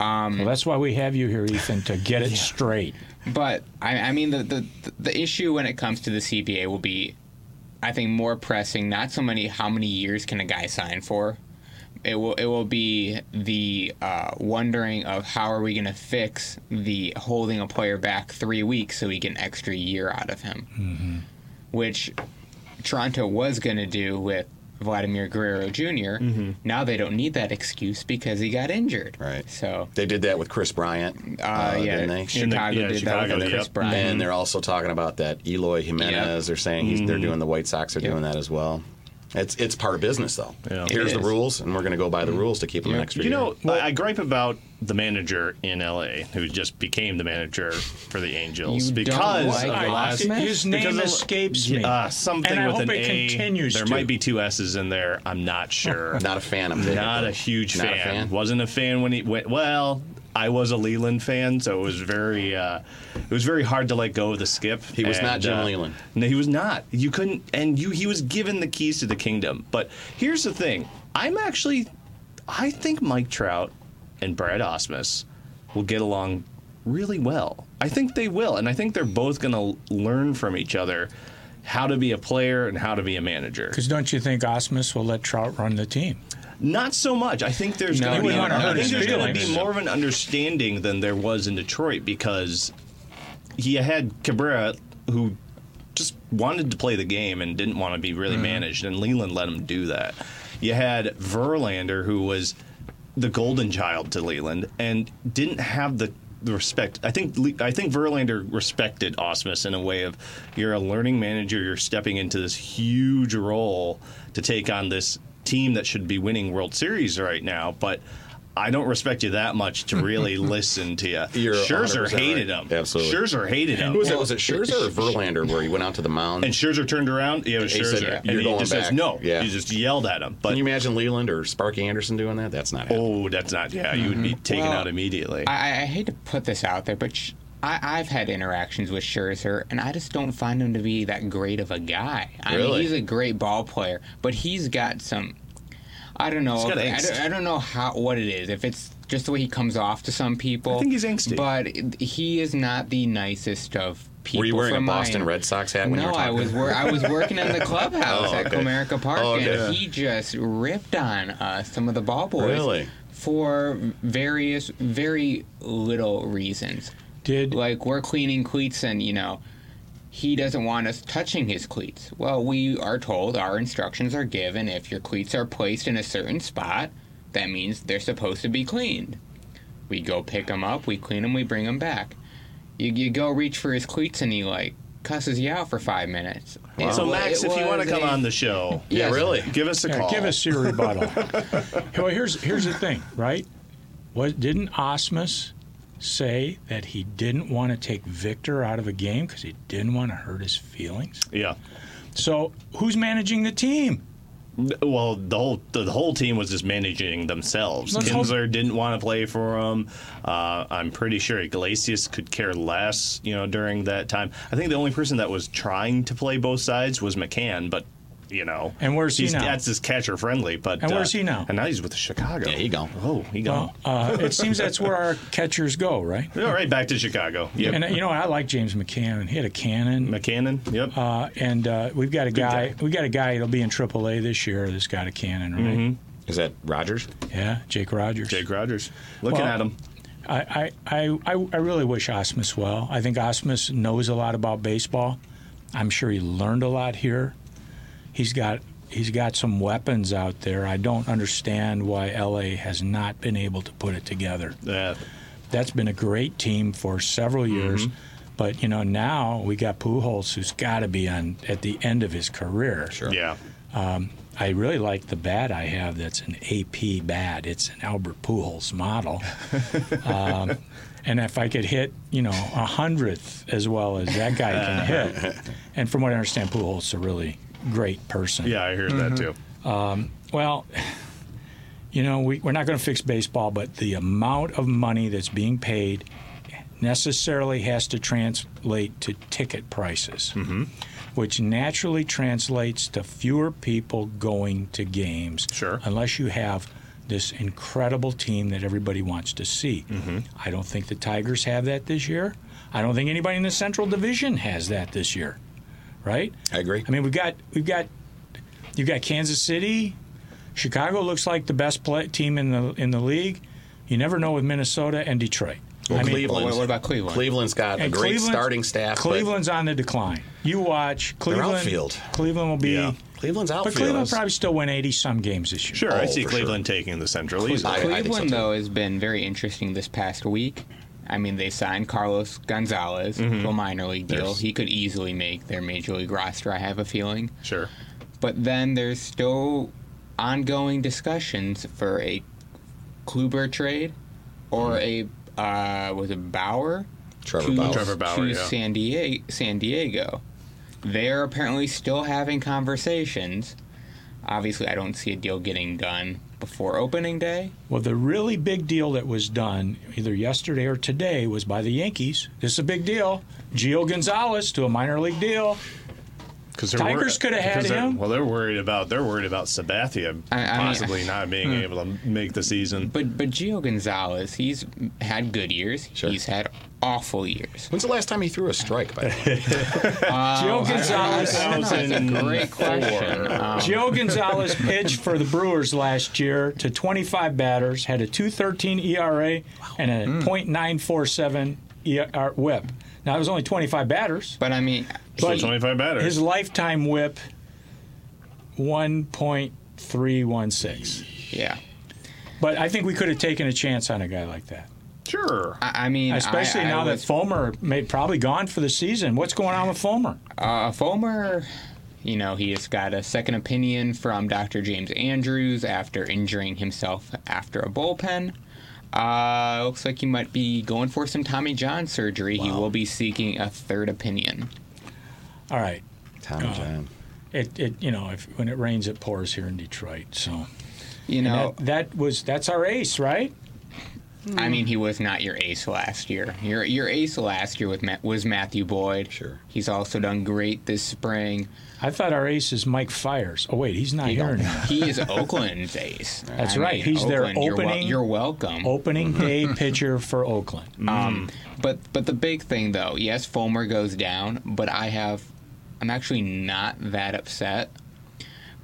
Well, that's why we have you here, Ethan, to get it straight. But I, I mean, the, the the issue when it comes to the CBA will be, I think, more pressing. Not so many how many years can a guy sign for. It will it will be the uh, wondering of how are we going to fix the holding a player back three weeks so we get an extra year out of him, Mm-hmm. which Toronto was going to do with. Vladimir Guerrero junior Now they don't need that excuse because he got injured. Mm-hmm. Right. So, They did that with Chris Bryant, uh, uh, yeah, didn't they? Chicago yeah, did that Chicago, with Chris yep. Bryant. Mm-hmm. And they're also talking about that Eloy Jimenez. They're saying he's, they're doing the White Sox are doing that as well. It's it's part of business though. Yeah. It Here's the is. rules, and we're going to go by the rules to keep them an extra You year. know, I, I gripe about the manager in LA who just became the manager for the Angels You don't because like I- Glassman? His name because of- escapes me. Uh, something And I with hope an it A. continues There to. might be two S's in there. I'm not sure. not a fan of it. Not a huge Not a fan. fan? Wasn't a fan when he went. Well, I was a Leland fan, so it was very, uh, it was very hard to let go of the skip. He was not Jim Leland. No, he was not. You couldn't, and you. He was given the keys to the kingdom. But here's the thing. I'm actually, I think Mike Trout and Brad Osmus will get along really well. I think they will, and I think they're both going to learn from each other how to be a player and how to be a manager. Because don't you think Osmus will let Trout run the team? Not so much. I think there's No, going you wouldn't want to hurt his to feelings. be more of an understanding than there was in Detroit because he had Cabrera who just wanted to play the game and didn't want to be really Mm-hmm. managed, and Leland let him do that. You had Verlander who was the golden child to Leland and didn't have the the respect. I think Le- I think Verlander respected Osmus in a way of you're a learning manager, you're stepping into this huge role to take on this team that should be winning World Series right now, but I don't respect you that much to really listen to you. You're Scherzer 100% hated right. him. Absolutely. Scherzer hated him. Who was it? Was it Scherzer or Verlander where he went out to the mound? And Scherzer turned around. Yeah, it was He Scherzer. said, "You're and he going just back." says no. Yeah. He just yelled at him. But Can you imagine Leland or Sparky Anderson doing that? That's not happening. oh, that's not. Yeah, you would be taken Well, out immediately. I, I- I hate to put this out there, but sh- I, I've had interactions with Scherzer, and I just don't find him to be that great of a guy. I mean, Really? he's a great ball player, but he's got some. I don't know. got I, angst. don't, I don't know how what it is. If it's just the way he comes off to some people, I think he's angsty. But he is not the nicest of people. Were you wearing a from my Boston end. Red Sox hat when you No, were I talking? was wor- I was working in the clubhouse Oh, at okay. Comerica Park, Oh, okay. and he just ripped on us, some of the ball boys, Really? for various very little reasons. Did Like we're cleaning cleats, and you know, he doesn't want us touching his cleats. Well, we are told our instructions are given. If your cleats are placed in a certain spot, that means they're supposed to be cleaned. We go pick them up, we clean them, we bring them back. You, you go reach for his cleats, and he like cusses you out for five minutes. It so wa- Max, it if you want to was come a- on the show, yeah, Yes. really. give us a Yeah, call. uh, give us your rebuttal. well, here's here's the thing, right? What didn't Osmus say that he didn't want to take Victor out of a game because he didn't want to hurt his feelings? Yeah. So who's managing the team? Well, the whole the, the whole team was just managing themselves. Let's hope- Kinsler didn't want to play for him. Uh, I'm pretty sure Iglesias could care less. You know, during that time, I think the only person that was trying to play both sides was McCann, but. You know, And where's he he's, now? That's his catcher friendly, but uh, And where's he now? And now he's with Chicago. Yeah, he gone. Oh, he gone. Well, uh, it seems that's where our catchers go, right? All right, back to Chicago. Yep. And uh, you know, I like James McCann. He had a cannon. McCannon. Yep. Uh, and uh, we've got a guy. Mm-hmm. guy. We got a guy that'll be in AAA this year. That's got a cannon, right? Is that Rogers? Yeah, Jake Rogers. Jake Rogers. Looking well, at him. I, I, I, I I really wish Osmus well. I think Osmus knows a lot about baseball. I'm sure he learned a lot here. He's got he's got some weapons out there. I don't understand why LA has not been able to put it together. Yeah. That's been a great team for several years. But you know now we got Pujols, who's got to be on at the end of his career. Sure. Yeah. I really like the bat I have. That's an AP bat. It's an Albert Pujols model. um, and if I could hit, you know, a hundredth as well as that guy can hit, and from what I understand, Pujols is a really great person. Yeah, I heard Mm-hmm. that too. Well, you know, we, we're not going to fix baseball, but the amount of money that's being paid necessarily has to translate to ticket prices, which naturally translates to fewer people going to games. Sure. Unless you have this incredible team that everybody wants to see. I don't think the Tigers have that this year. I don't think anybody in the Central Division has that this year, right? I agree. I mean, we've got we've got you've got Kansas City. Chicago looks like the best play, team in the in the league. You never know with Minnesota and Detroit. Well, I mean, Cleveland's- What- what about Cleveland? Cleveland's got a and great Cleveland's- starting staff. but Cleveland's on the decline. You watch Cleveland. outfield. Cleveland will be. Yeah. Cleveland's But outfield. Cleveland is- probably still win eighty some games this year. Sure, I Oh, see for sure. Cleveland taking the Central easily. I- I think so, Cleveland, too. though, has been very interesting this past week. I mean, they signed Carlos Gonzalez to a minor league deal. Mm-hmm. There's- He could easily make their major league roster, I have a feeling. Sure. But then there's still ongoing discussions for a Kluber trade or a, uh, was it Bauer? Mm-hmm. Trevor to, Bauer. Trevor Bauer, to yeah. San, Diego, San Diego. They're apparently still having conversations. Obviously, I don't see a deal getting done before opening day. Well, the really big deal that was done either yesterday or today was by the Yankees. This is a big deal. Gio Gonzalez to a minor league deal. Because they're Tigers coulda had because they're- him. Well, they're worried about they're worried about Sabathia I- I mean- possibly not being hmm. able to make the season. But but Gio Gonzalez, he's had good years. Sure. He's had awful years. When's the last time he threw a strike? By the way? Oh, Gio Gonzalez. I don't know, that's a 2004. great question. Um, Joe Gonzalez pitched for the Brewers last year to 25 batters, had a 2.13 ERA and a Hmm. .947 ER WHIP. Now it was only 25 batters. but I mean, So he- 25 batters. His lifetime WHIP 1.316. yeah. But I think we could have taken a chance on a guy like that, sure. I, I mean, especially I- I now was- that Fulmer may probably gone for the season. What's going on with Fulmer? uh, Fulmer, you know, he has got a second opinion from Dr. James Andrews after injuring himself after a bullpen. Uh, looks like he might be going for some Tommy John surgery. He will be seeking a third opinion. All right, Time and time. it, it you know if when it rains it pours here in Detroit, so. You know, That, that was that's our ace, right? I mean, he was not your ace last year. Your your ace last year with Ma- was Matthew Boyd. Sure. He's also done great this spring. I thought our ace is Mike Fires. Oh wait, he's not here anymore. He is Oakland's ace. That's right. He's their Oakland, you're wel- opening- You're, welcome. Opening day pitcher for Oakland. Um, but but the big thing though, yes, Fulmer goes down, but I have, I'm actually not that upset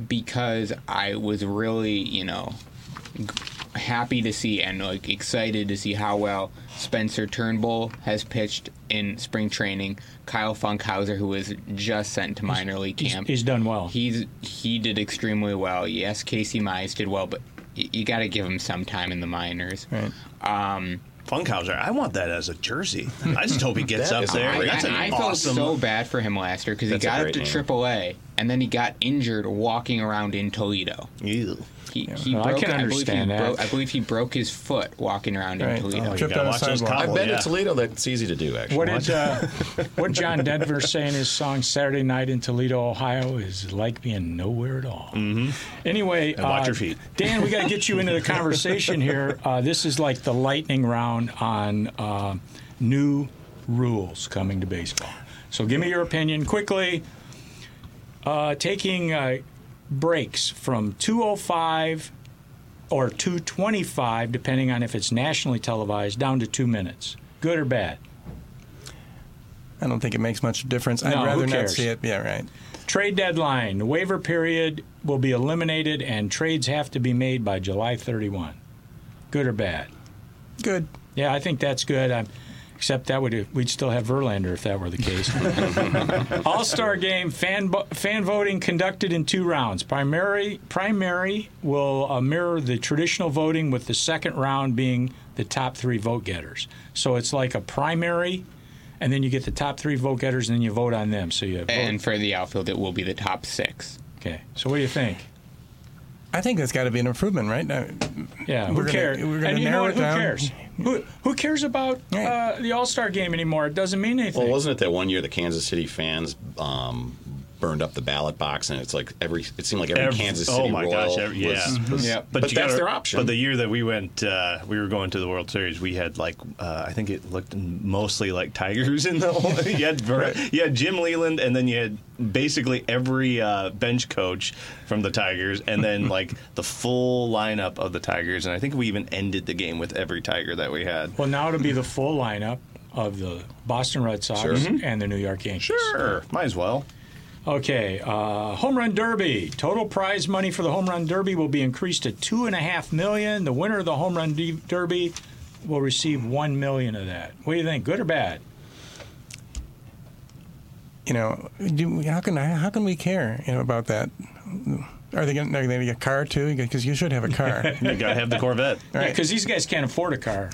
because I was really you know g- happy to see and like excited to see how well Spencer Turnbull has pitched in spring training. Kyle Funkhauser, who was just sent to minor league He's, camp, he's done well. he's he did extremely well. Yes, Casey Mize did well, but y- you got to give him some time in the minors. Right. Funkhauser, I want that as a jersey. I just hope he gets That up is a there. great That's I, an I, I felt awesome. so bad for him last year because he That's a got up great to name. AAA and then he got injured walking around in Toledo. Ew. He, he Well, I broke, can understand believe he that. Broke, I believe he broke his foot walking around Right. in Toledo. Oh, You Tripped gotta on a watch those sidewalk. I cobbles, bet yeah. in Toledo that's easy to do. Actually, What did uh, what John Denver say in his song "Saturday Night in Toledo, Ohio" is like being nowhere at all. Mm-hmm. Anyway, watch uh, your feet. Dan. We got to get you into the conversation here. Uh, this is like the lightning round on uh, new rules coming to baseball. So, give me your opinion quickly. Uh, taking uh, breaks from 205 or 225, depending on if it's nationally televised, down to two minutes. Good or bad? I don't think it makes much difference. No, I'd who rather not cares? see it. Yeah, right. Trade deadline. The waiver period will be eliminated, and trades have to be made by July 31. Good or bad? Good. Yeah, I think that's good. i except that would we'd still have Verlander if that were the case. All Star Game fan bo- fan voting conducted in two rounds. Primary primary will uh, mirror the traditional voting, with the second round being the top three vote getters. So it's like a primary. And then you get the top three vote getters, and then you vote on them. So you vote. And for the outfield, it will be the top six. okay. So what do you think? I think that's got to be an improvement, right? I- Yeah, We're who gonna- cares? we're gonna and you narrow know what? it Who down. cares? Who, who cares about Yeah. uh, the All Star game anymore? It doesn't mean anything. Well, wasn't it that one year the Kansas City fans um, burned up the ballot box, and it's like every it seemed like every, Every- Kansas oh City my Royal gosh, every- yeah. was, Mhm. was- Yep. but, you that's gotta- their option. But the year that we went, uh, we were going to the World Series. We had like, uh, I think it looked mostly like tigers in the. whole- you had Ver- you had Jim Leland, and then you had basically every uh, bench coach from the Tigers, and then like the full lineup of the Tigers. And I think we even ended the game with every Tiger that we had. Well, now it'll be the full lineup of the Boston Red Sox and the New York Yankees. Sure, might as well. Okay, uh, home run derby. Total prize money for the home run derby will be increased to two and a half million. The winner of the home run de- derby will receive one million of that. What do you think? Good or bad? You know, do, how can I, how can we care you know, about that? Are they going to get a car too? Because you should have a car. You gotta have the Corvette. Right. Because these guys can't afford a car.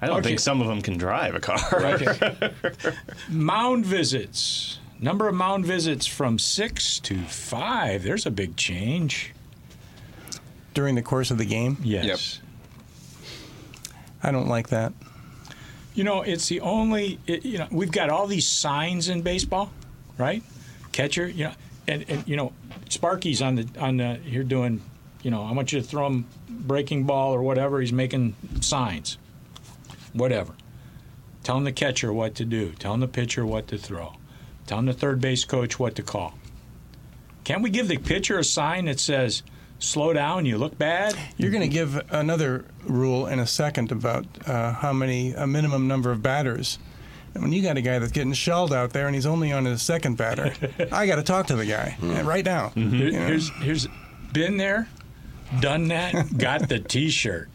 I don't Okay. think some of them can drive a car. Okay. mound visits. Number of mound visits from six to five. There's a big change. During the course of the game, Yes. I don't like that. You know, it's the only. It, you know, we've got all these signs in baseball, right? Catcher, you know, and, and you know, Sparky's on the on the here doing. You know, I want you to throw him breaking ball or whatever. He's making signs, whatever. Telling the catcher what to do. Telling the pitcher what to throw. Telling the third base coach what to call. Can't we give the pitcher a sign that says, "Slow down, you look bad"? You're going to give another rule in a second about uh, how many a minimum number of batters. And when you got a guy that's getting shelled out there and he's only on his second batter, I got to talk to the guy Mm. uh, right now. Mm-hmm. Here- here's here's been there, done that, got the T-shirt.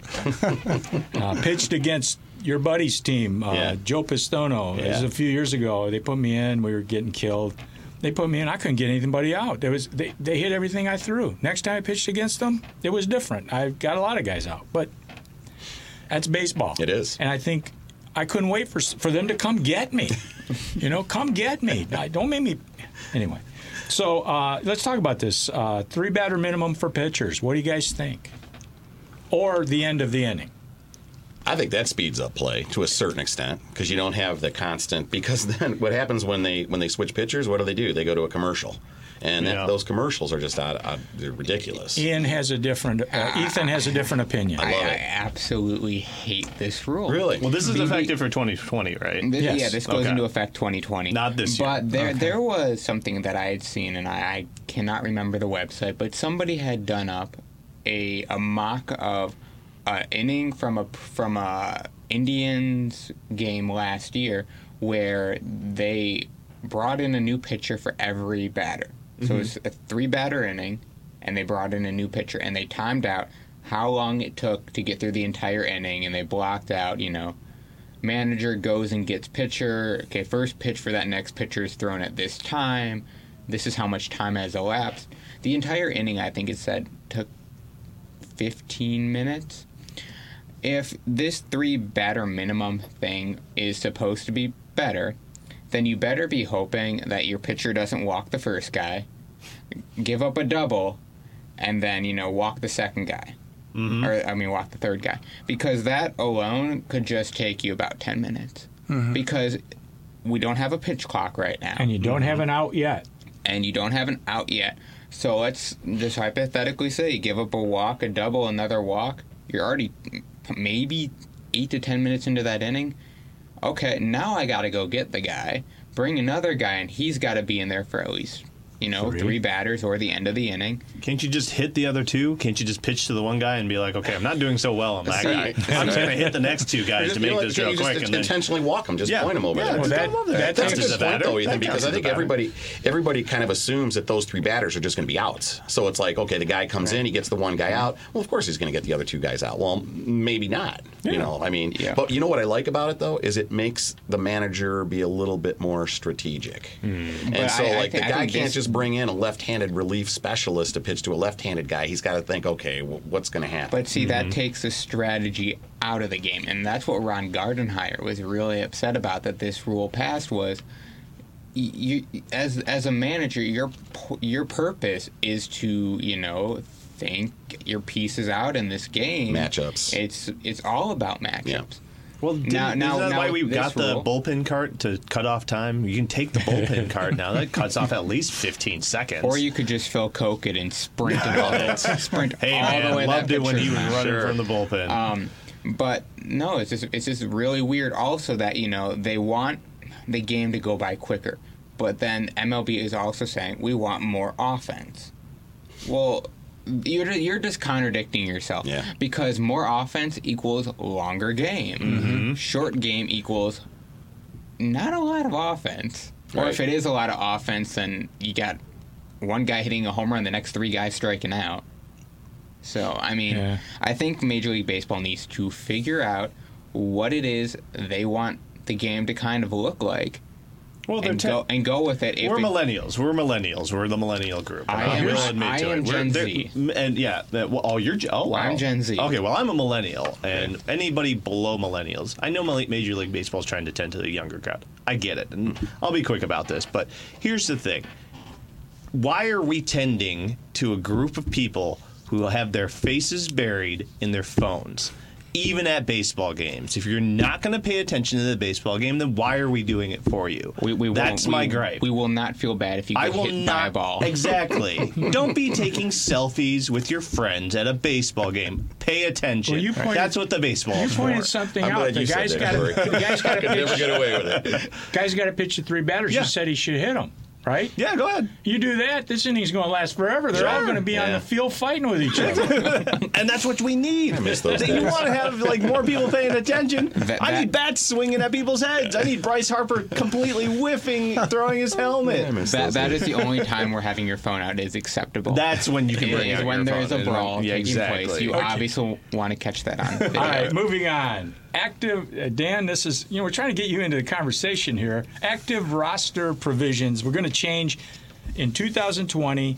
uh, pitched against your buddy's team, uh, Yeah. Joe Pistono. It was Yeah. a few years ago. They put me in. We were getting killed. They put me in. I couldn't get anybody out. There was they, they hit everything I threw. Next time I pitched against them, it was different. I got a lot of guys out, but that's baseball. It is. and I think. I couldn't wait for s- for them to come get me, you know, come get me. I- Don't make me. Anyway, so uh, let's talk about this uh, three batter minimum for pitchers. What do you guys think? Or the end of the inning? I think that speeds up play to a certain extent because you don't have the constant. Because then, what happens when they when they switch pitchers? What do they do? They go to a commercial, and that, Yeah. those commercials are just out, out. They're ridiculous. Ian has a different. Uh, Ethan has a different opinion. I, Ah, Love I it. absolutely hate this rule. Really? Well, this is Maybe- effective for 2020, right? This- Yes. Yeah, this goes Okay. into effect 2020. Not this year. But there, there was something that I had seen, and I, I cannot remember the website, but somebody had done up a a mock of uh, an inning from a from a Indians game last year where they brought in a new pitcher for every batter. Mm-hmm. So it was a three batter inning, and they brought in a new pitcher, and they timed out how long it took to get through the entire inning, and they blocked out, you know manager goes and gets pitcher. Okay, first pitch for that next pitcher is thrown at this time. This is how much time has elapsed. The entire inning, I think it said, took 15 minutes. If this three batter minimum thing is supposed to be better, then you better be hoping that your pitcher doesn't walk the first guy, give up a double, and then, you know, walk the second guy. Mm-hmm. Or, I mean, walk the third guy. Because that alone could just take you about 10 minutes. Because we don't have a pitch clock right now Mm-hmm. and you don't have an out yet. and you don't have an out yet. So let's just hypothetically say you give up a walk, a double, another walk. You're already maybe eight to ten minutes into that inning. Okay, now I got to go get the guy, bring another guy, and he's got to be in there for at least, you know, Three. three, batters or the end of the inning. Can't you just hit the other two? Can't you just pitch to the one guy and be like, okay, I'm not doing so well on that See, guy. I'm just going to hit the next two guys Just, to you make know, this you real just quick. And then, intentionally walk them, just Yeah. point them over Yeah, there. just that- don't love that. that That's counts a as a good point, batter. though, Ethan, That counts because as I a think batter. everybody everybody kind of assumes that those three batters are just going to be outs. So it's like, okay, the guy comes in, he gets the one guy out. Well, of course he's going to get the other two guys out. Well, maybe not. You know, I mean, Yeah. but you know what I like about it though is it makes the manager be a little bit more strategic. And But so, I- I like, the thi- I guy think can't this- just bring in a left-handed relief specialist to pitch to a left-handed guy. He's got to think, okay, well, what's going to happen? But see, Mm-hmm. that takes the strategy out of the game, and that's what Ron Gardenhire was really upset about that this rule passed was. y- You, as as a manager, your p- your purpose is to you know think your pieces out in this game. Matchups. It's it's all about matchups. well, Now- now, now- isn't that now why we with got this the rule- bullpen cart to cut off time? You can take the bullpen cart now. That cuts off at least 15 seconds. Or you could just Phil Coke it and sprint it all, sprint hey, all man, the way loved that it when he pitcher's was mound. running from the bullpen. Um, but no, it's just it's just really weird. Also, that you know they want the game to go by quicker, but then MLB is also saying we want more offense. Well, you're you're just contradicting yourself. Yeah. Because more offense equals longer game. Mm-hmm. Short game equals not a lot of offense. Or if Right. it is a lot of offense, then you got one guy hitting a home run, the next three guys striking out. So, I mean, Yeah. I think Major League Baseball needs to figure out what it is they want the game to kind of look like well, they're and, te- go, and go with it. If We're it- millennials. We're millennials. We're the millennial group. I And am- will admit I to am it. We're- Gen they're- Z. m- And yeah, that, well, oh, you're Gen- oh wow. I'm Gen Z. Okay, well, I'm a millennial, and anybody below millennials, I know mil- Major League Baseball is trying to tend to the younger crowd. I get it, and Hmm. I'll be quick about this. But here's the thing: why are we tending to a group of people who have their faces buried in their phones? Even at baseball games, if you're not going to pay attention to the baseball game, then why are we doing it for you? we, we That's won't, my we, gripe. We will not feel bad if you get I will hit not by a ball. exactly. Don't be taking selfies with your friends at a baseball game. Pay attention. Well, you pointed- That's what the baseball. You is pointed for. something I'm out. glad The you guy's said got that. Corey. to guy's got to could never pitch. get away with it. Guy's got to pitch at three batters. Yeah. You said he should hit them, right? Yeah, go ahead. You do that, this inning's going to last forever. They're all Sure. going to be on Yeah. the field fighting with each other. And that's what we need. miss those That you days. want to have like more people paying attention. That- I need that- bats swinging at people's heads. I need Bryce Harper completely whiffing, throwing his helmet. That, that is the only time where having your phone out is acceptable. That's when you can bring is out when your there is phone, a is when- brawl Yeah, taking exactly. place. You Okay. obviously want to catch that on all video. right, moving on. Active uh, Dan, this is you know we're trying to get you into the conversation here. Active roster provisions. We're going to change in 2020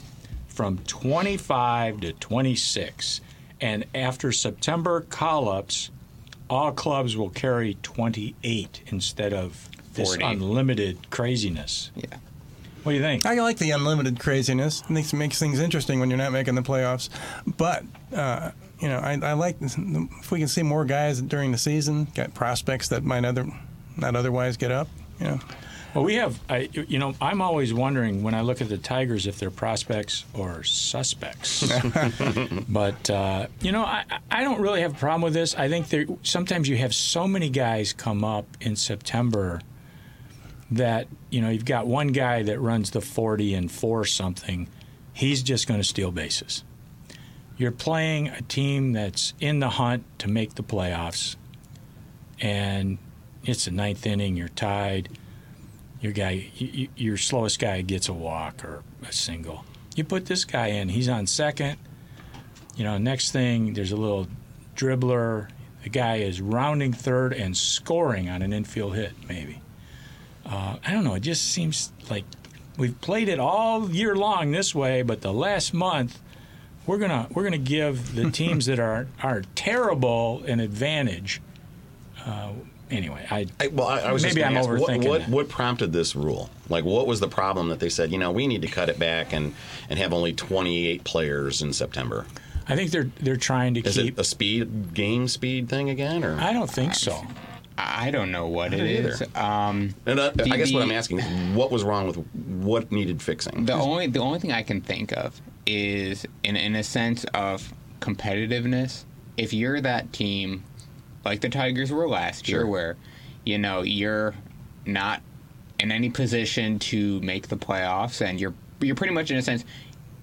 from 25 to 26, and after September call-ups, all clubs will carry 28 instead of this 40. unlimited craziness. Yeah. What do you think? I like the unlimited craziness. It makes, makes things interesting when you're not making the playoffs. But, uh, you know, I, I like this- if we can see more guys during the season, got prospects that might other not otherwise get up. You know, Well, we have, I, you know, I'm always wondering when I look at the Tigers if they're prospects or suspects. but, uh, you know, I, I don't really have a problem with this. I think there, sometimes you have so many guys come up in September that, you know, you've got one guy that runs the 40 and four something, he's just going to steal bases. You're playing a team that's in the hunt to make the playoffs, and it's the ninth inning, you're tied your guy, y- y- your slowest guy gets a walk or a single. You put this guy in, he's on second. You know, next thing there's a little dribbler. The guy is rounding third and scoring on an infield hit, maybe. Uh, I don't know. It just seems like we've played it all year long this way, but the last month we're gonna we're gonna give the teams that are are terrible an advantage. Uh, anyway, I, I, well, I, I was Maybe just gonna I'm ask, overthinking What, it. what, what prompted this rule? Like, what was the problem that they said, you know, we need to cut it back and, and have only 28 players in September? I think they're they're trying to Is keep. it a speed game speed thing again, or I don't think so. I don't know what it don't is. Um, And, uh, I guess what I'm the- asking is, what was wrong with what needed fixing? The only the only thing I can think of is in in a sense of competitiveness. If you're that team, like the Tigers were last year, Sure. where you know you're not in any position to make the playoffs, and you're you're pretty much in a sense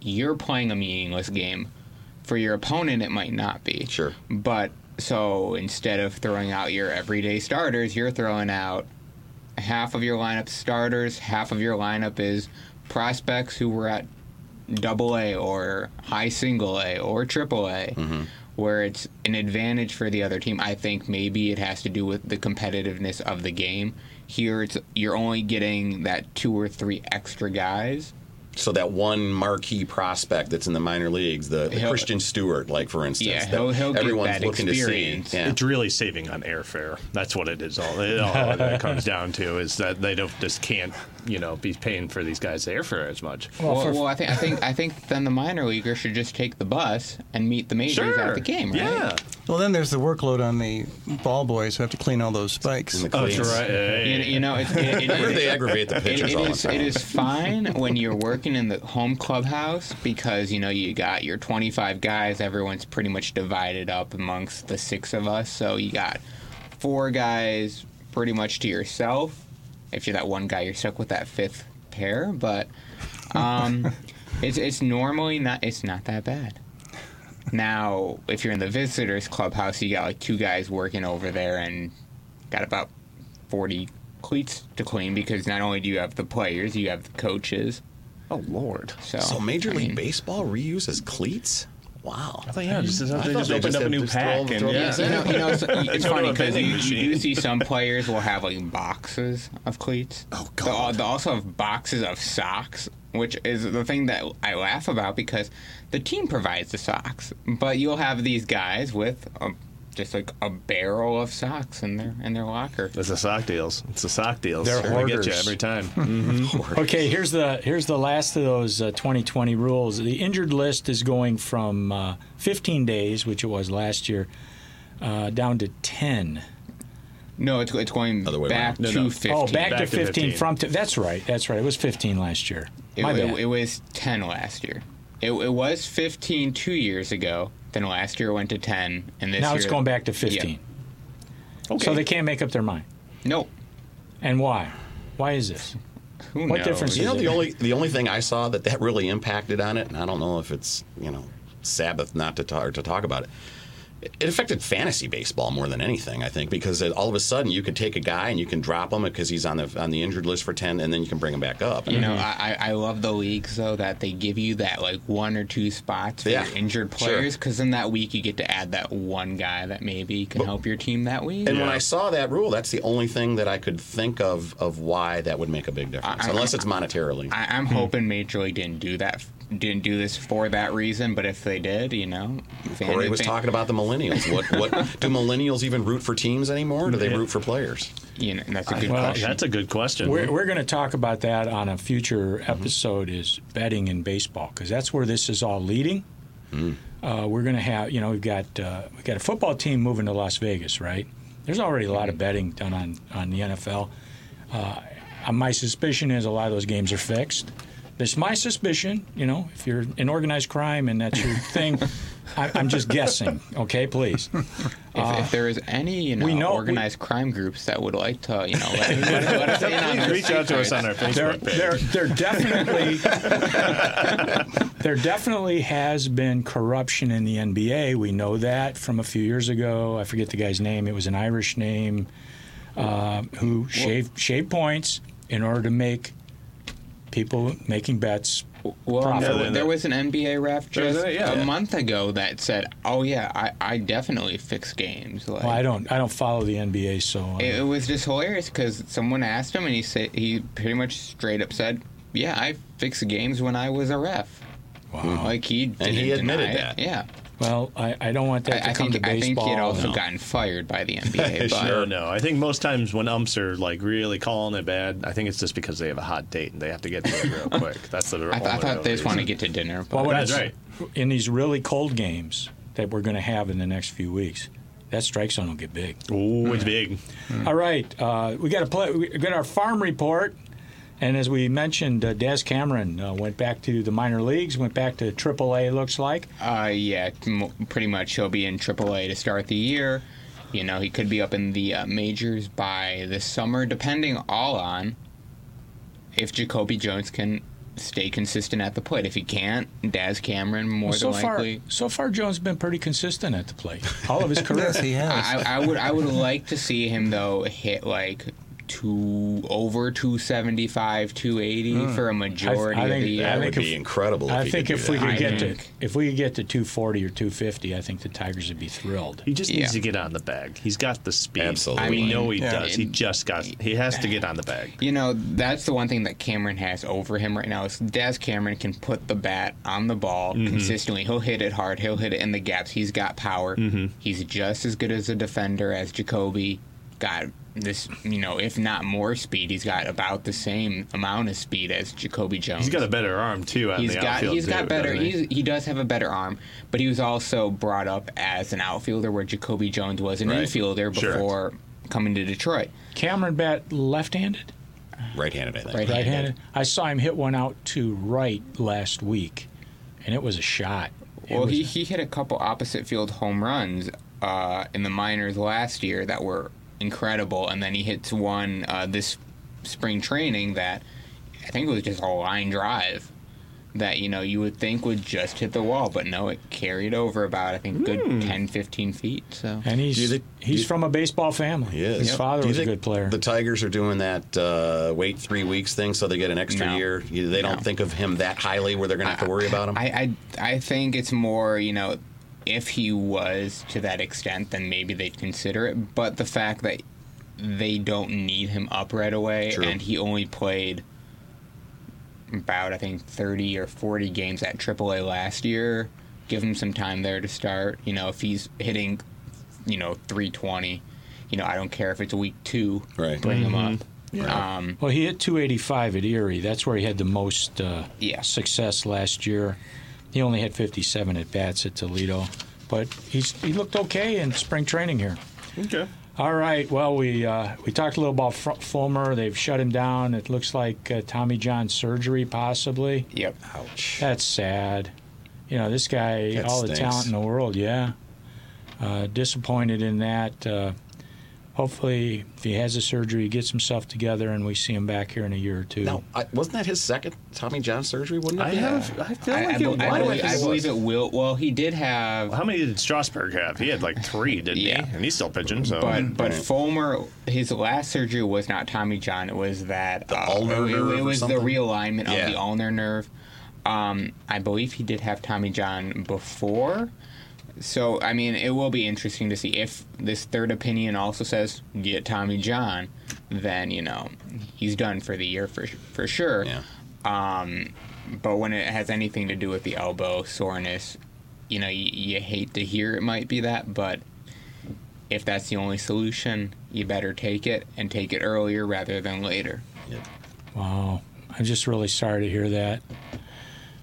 you're playing a meaningless game. For your opponent, it might not be Sure. but so instead of throwing out your everyday starters, you're throwing out half of your lineup starters, half of your lineup is prospects who were at double A or high single A or triple A, where it's an advantage for the other team. I think maybe it has to do with the competitiveness of the game. Here, it's you're only getting that two or three extra guys. So that one marquee prospect that's in the minor leagues, the, the He'll- Christian Stewart, like for instance, Yeah, that he'll- he'll get everyone's that looking experience. to see. Yeah. It's really saving on airfare. That's what it is. All it all that comes down to is that they don't just can't you know be paying for these guys airfare as much. Well, for- well, I think I think I think then the minor leaguer should just take the bus and meet the majors at the game, right? Yeah. Well, then there's the workload on the ball boys who have to clean all those spikes. In the Oh, that's cleats. right. You, you know, it's, it, it, I heard it, they aggravate the it- pitchers it all is the time. it is fine when you're working in the home clubhouse because you know you got your 25 guys. Everyone's pretty much divided up amongst the six of us, so you got four guys pretty much to yourself. If you're that one guy, you're stuck with that fifth pair. But um, it's it's normally not it's not that bad. Now, if you're in the visitors clubhouse, you got like two guys working over there and got about 40 cleats to clean because not only do you have the players, you have the coaches. Oh Lord. So, So Major I League mean, Baseball reuses cleats? Wow. I thought, yeah, just, I they thought just they opened just up a had- new just throw pack. them- and, throw them yeah. You in. know, you know, it's, it's Go to funny a because vending you, you do machine. see some players will have like boxes of cleats. Oh, They'll- God. They'll also have boxes of socks, which is the thing that I laugh about because the team provides the socks, but you'll have these guys with a, just like a barrel of socks in their in their locker. It's the sock deals. It's the sock deals. They're They get you hoarders. every time. Mm. Okay, here's the here's the last of those uh, 2020 rules. The injured list is going from uh, 15 days, which it was last year, uh, down to 10. No, it's it's going Other way back around. to No, no. 15. Oh, back, Back to, to 15, 15. from t- that's right. That's right. It was 15 last year. It, My it- bad. it was 10 last year. It, it was 15 two years ago. Then last year went to 10, and this now it's year- going back to 15. Okay. So they can't make up their mind. Yeah. No, And why? Why is this? who What knows? difference You know is the it? only the only thing I saw that that really impacted on it, and I don't know if it's you know Sabbath not to talk, or to talk about it. It affected fantasy baseball more than anything, I think, because it, all of a sudden you could take a guy and you can drop him because he's on the on the injured list for ten, and then you can bring him back up. You know, I, I I love the leagues though that they give you that like one or two spots for Yeah, your injured sure. players because then that week you get to add that one guy that maybe can help your team that week. and when Yeah. I saw that rule, that's the only thing that I could think of of why that would make a big difference, I- I- unless it's monetarily. I, I'm hoping Major League didn't do that, didn't do this for that reason. But if they did, you know, fan- Corey was fan- talking about the millennials. What what do millennials even root for teams anymore? Or do they root for players? You know, that's a good well, question. That's a good question. We're, we're going to talk about that on a future episode is betting in baseball because that's where this is all leading. Uh, we're going to have, you know, we've got uh, we've got a football team moving to Las Vegas, right? There's already a lot of betting done on on the NFL. Uh, my suspicion is a lot of those games are fixed. That's my suspicion. You know, if you're in organized crime and that's your thing, I, I'm just guessing. Okay, please. If, Ah. if there is any, you know, we know- organized crime groups that would like to, you know, let, let, let us in on Please their reach out to us secrets. on our Facebook There, page. there, there definitely, there definitely has been corruption in the NBA. We know that from a few years ago. I forget the guy's name. It was an Irish name uh, who shaved shaved points in order to make people making bets. Well, Profit. no, Yeah, there that- was an NBA ref was just that, yeah. a Yeah. month ago that said, "Oh yeah, I, I definitely fix games." Like, Well, I don't, I don't follow the NBA, so uh, It, it was just hilarious because someone asked him, and he said he pretty much straight up said, Mm-hmm. "Yeah, I fixed games when I was a ref." Wow. Like he didn't he deny admitted it. that. Yeah. Well, I, I don't want that to I, I come think to I think baseball. he had also No. gotten fired by the NBA. but Sure, no. I think most times when umps are like really calling it bad, I think it's just because they have a hot date and they have to get to it real quick. That's the. I, th- I thought they just wanted to get to dinner. But Well, when That's it's- right. In these really cold games that we're going to have in the next few weeks, that strike zone will get big. Ooh, Mm. it's big. All right, uh, we got to play. We got our farm report, and as we mentioned, uh, Des Cameron uh, went back to the minor leagues, went back to AAA. Looks like uh, yeah, m- pretty much he'll be in AAA to start the year. You know, he could be up in the uh, majors by this summer, depending all on if Jacoby Jones can stay consistent at the plate. If he can't, Daz Cameron more so than far. likely. So far, Jones has been pretty consistent at the plate all of his career. Yes, he has. I, I would I would like to see him though hit like two over 275 280 for a Hmm. majority I think- of the year I That think would be if- incredible. If I he think could if do we that. could I get to think. if we could get to 240 or 250, I think the Tigers would be thrilled. He just Yeah. needs to get on the bag. He's got the speed. Absolutely. we I know he mean, yeah. does. He just got. He has to get on the bag. You know, that's the one thing that Cameron has over him right now is Daz Cameron can put the bat on the ball Mm-hmm. consistently. He'll hit it hard. He'll hit it in the gaps. He's got power. Mm-hmm. He's just as good as a defender as Jacoby. Got this, you know, if not more speed, he's got about the same amount of speed as Jacoby Jones. He's got a better arm too. Out in He's the got outfield he's got too, better. doesn't he? He's, he does have a better arm, but he was also brought up as an outfielder where Jacoby Jones was an Right. infielder Sure. before coming to Detroit. Cameron bat left-handed, right-handed, I think. Right-handed. right-handed. I saw him hit one out to right last week, and it was a shot. It Well, was he, a- he hit a couple opposite field home runs uh, in the minors last year that were incredible, and then he hits one uh, this spring training that I think it was just a line drive that you know you would think would just hit the wall, but no, it carried over about I think good 10, 15 feet. So Hmm. and he's Do you think- he's do you- from a baseball family. He is. His Yep. father Do you was a think good player. The Tigers are doing that uh, wait three weeks thing, so they get an extra No. year. You- They don't No. think of him that highly where they're going to have to worry about him. I, I I think it's more you know if he was to that extent, then maybe they'd consider it. But the fact that they don't need him up right away, True. and he only played about I think thirty or forty games at AAA last year. Give him some time there to start. You know, if he's hitting, you know, three twenty, you know, I don't care if it's week two. Right. Bring him up. Um, well, he hit 285 at Erie. That's where he had the most uh, Yeah. success last year. He only had 57 at bats at Toledo, but he's he looked okay in spring training here. okay. All right. Well, we uh, we talked a little about Fr- Fulmer. They've shut him down. It looks like uh, Tommy John surgery, possibly. Yep. Ouch. That's sad. You know, this guy, That all the stinks. talent in the world. Yeah. Uh, disappointed in that. Uh, hopefully, if he has the surgery, he gets himself together, and we see him back here in a year or two. No, I, wasn't that his second Tommy John surgery? Wouldn't it? I be? have. I feel I, like I, it, be- I why do I believe, think I it believe was? it will. Well, he did have. How many did Strasburg have? He had like three, didn't Yeah. he? And he's still pitching. So But but Right. Fulmer, his last surgery was not Tommy John. It was that the ulnar it, nerve it or was the something? realignment Yeah. of the ulnar nerve. Um, I believe he did have Tommy John before. So I mean, it will be interesting to see if this third opinion also says get Tommy John. Then you know he's done for the year for for sure. Yeah. But when it has anything to do with the elbow soreness, you know, you, you hate to hear it might be that, but if that's the only solution, you better take it and take it earlier rather than later. Yep. Wow. I'm just really sorry to hear that.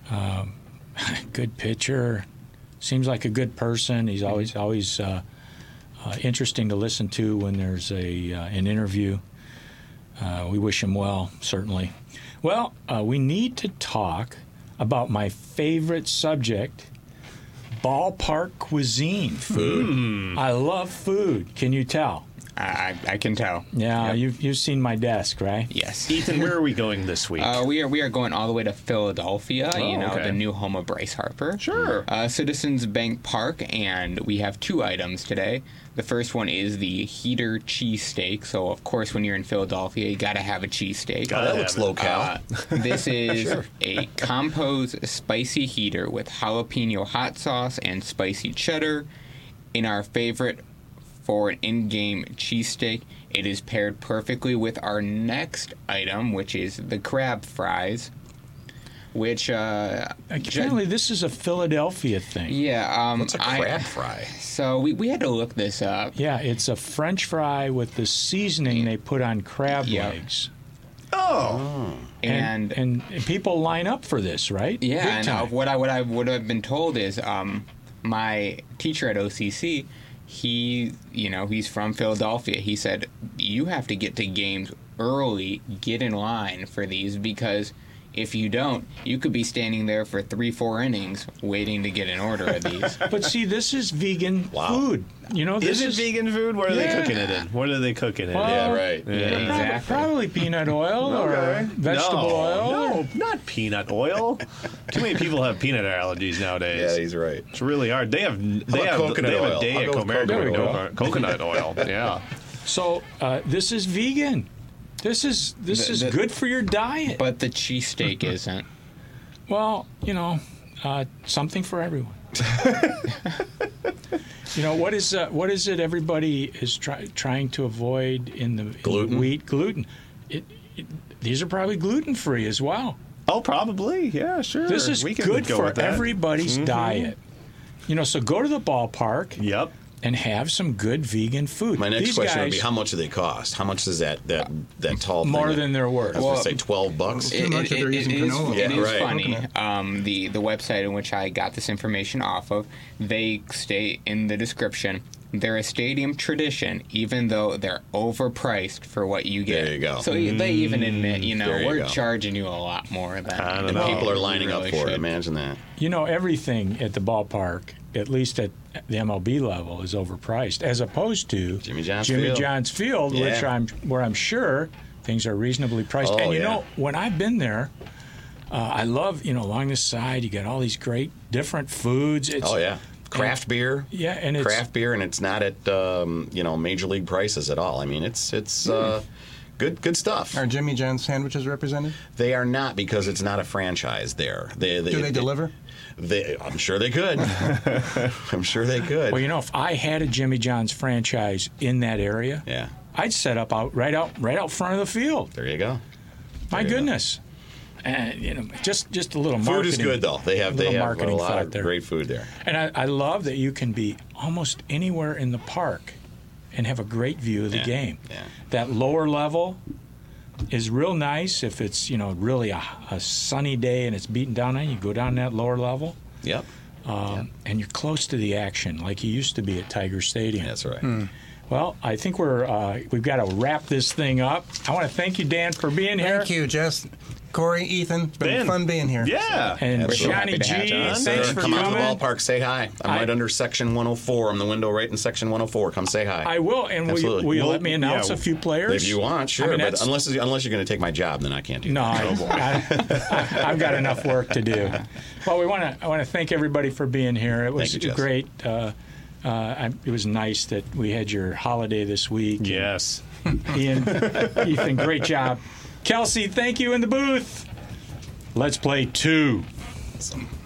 Um, good pitcher. Seems like a good person. He's always always uh, uh, interesting to listen to when there's a uh, an interview. Uh, we wish him well, certainly. Well, uh, we need to talk about my favorite subject, ballpark cuisine. Food. I love food. Can you tell? I, I, I can tell. Yeah, Yep. you've you've seen my desk, right? Yes. Ethan, where are we going this week? Uh, we are we are going all the way to Philadelphia. Oh, you know, okay. the new home of Bryce Harper. Sure. Uh, Citizens Bank Park, and we have two items today. The first one is the heater cheesesteak. So, of course, when you're in Philadelphia, you got to have a cheesesteak. Gotta That have looks it. locale. Uh, this is a Compos spicy heater with jalapeno hot sauce and spicy cheddar. In our favorite for an in-game cheesesteak, it is paired perfectly with our next item, which is the crab fries. which uh, Apparently, this is a Philadelphia thing. yeah, um, It's a I- crab fry. so we, we had to look this up. Yeah, it's a French fry with the seasoning they put on crab Yeah. legs. And, and people line up for this, right? yeah, Big and uh, time. what I what I would have been told is um, my teacher at OCC, he you know he's from Philadelphia. He said you have to get to games early, get in line for these because if you don't, you could be standing there for three four innings waiting to get an order of these. but see, this is vegan Wow. food. You know, this Is it vegan food? What are Yeah. they cooking it in? What are they cooking it Well, in? Yeah, right. yeah, Prob- exactly. Probably peanut oil or vegetable no, oil. No, not peanut oil. Too many people have peanut allergies nowadays. Yeah, he's right. it's really hard. They have they about have coconut they have oil? a day I'll at go with Comerica coconut with no oil. co- coconut oil. Yeah. So uh, this is vegan. This is this The- is the- good for your diet. but the cheesesteak isn't. Well, you know, uh, something for everyone. you know what is uh, what is it everybody is try, trying to avoid in the in the Gluten? wheat gluten? It, it, these are probably gluten free as well. Oh, probably. Yeah, sure. This is We can good go for with that. everybody's Mm-hmm. diet. You know, so go to the ballpark Yep. and have some good vegan food. My next These question would guys, be how much do they cost? How much does that that that tall more thing- than they're worth. I was Well, gonna say twelve bucks. too much if they're using is- canola. it Yeah, is right. funny. Coconut. Um, the the website in which I got this information off of, they state in the description they're a stadium tradition, even though they're overpriced for what you get. There you go. Mm, So e- they even admit, you know, there you we're go. charging you a lot more than I don't than know. People are you lining up really for it. should. Imagine that. You know, everything at the ballpark, at least at the MLB level, is overpriced, as opposed to Jimmy John's Jimmy Field. John's Field, which Yeah. I'm where I'm sure things are reasonably priced. Oh, and you yeah. know, when I've been there, uh, I love you know along the side you got all these great different foods. It's, Oh yeah, craft beer. yeah, and it's craft beer, and it's not at um, you know major league prices at all. I mean, it's it's uh, Hmm. good good stuff. Are Jimmy John's sandwiches represented? They are not because it's not a franchise there. They, Do they deliver? They, I'm sure they could. I'm sure they could. well, you know, if I had a Jimmy John's franchise in that area, yeah, I'd set up out right out right out front of the field. there you go. My you go. goodness, and you know, just just a little Food is marketing. good though. They have little they have a marketing lot thought of there. great food there. And I, I love that you can be almost anywhere in the park and have a great view of the Yeah, game. yeah. That lower level is real nice if it's you know really a, a sunny day and it's beating down on you. You go down that lower level Yep, um, and you're close to the action like you used to be at Tiger Stadium. that's right. Hmm. Well, I think we're uh, we've got to wrap this thing up. I want to thank you, Dan, for being here. Thank you, Jess, Corey, Ethan. It's been Ben. fun being here. Yeah. And Absolutely. Johnny Happy to have G, you on, Yes, thanks sir. for uh, Come out to coming. the ballpark, say hi. I'm I- right under section 104. I'm the window right in section 104. Come say hi. I will, and will you, Absolutely. will you Well, let me announce yeah, a few players? if you want, sure. I mean, but that's- unless unless you're going to take my job, then I can't do No, that. I, I, I've got enough work to do. Well, we want to. I want to thank everybody for being here. It was Thank you, Jess. great. Uh, uh, I, it was nice that we had your holiday this week. Yes. Ian, Ethan, great job. Kelsey, thank you in the booth. Let's play two. Awesome.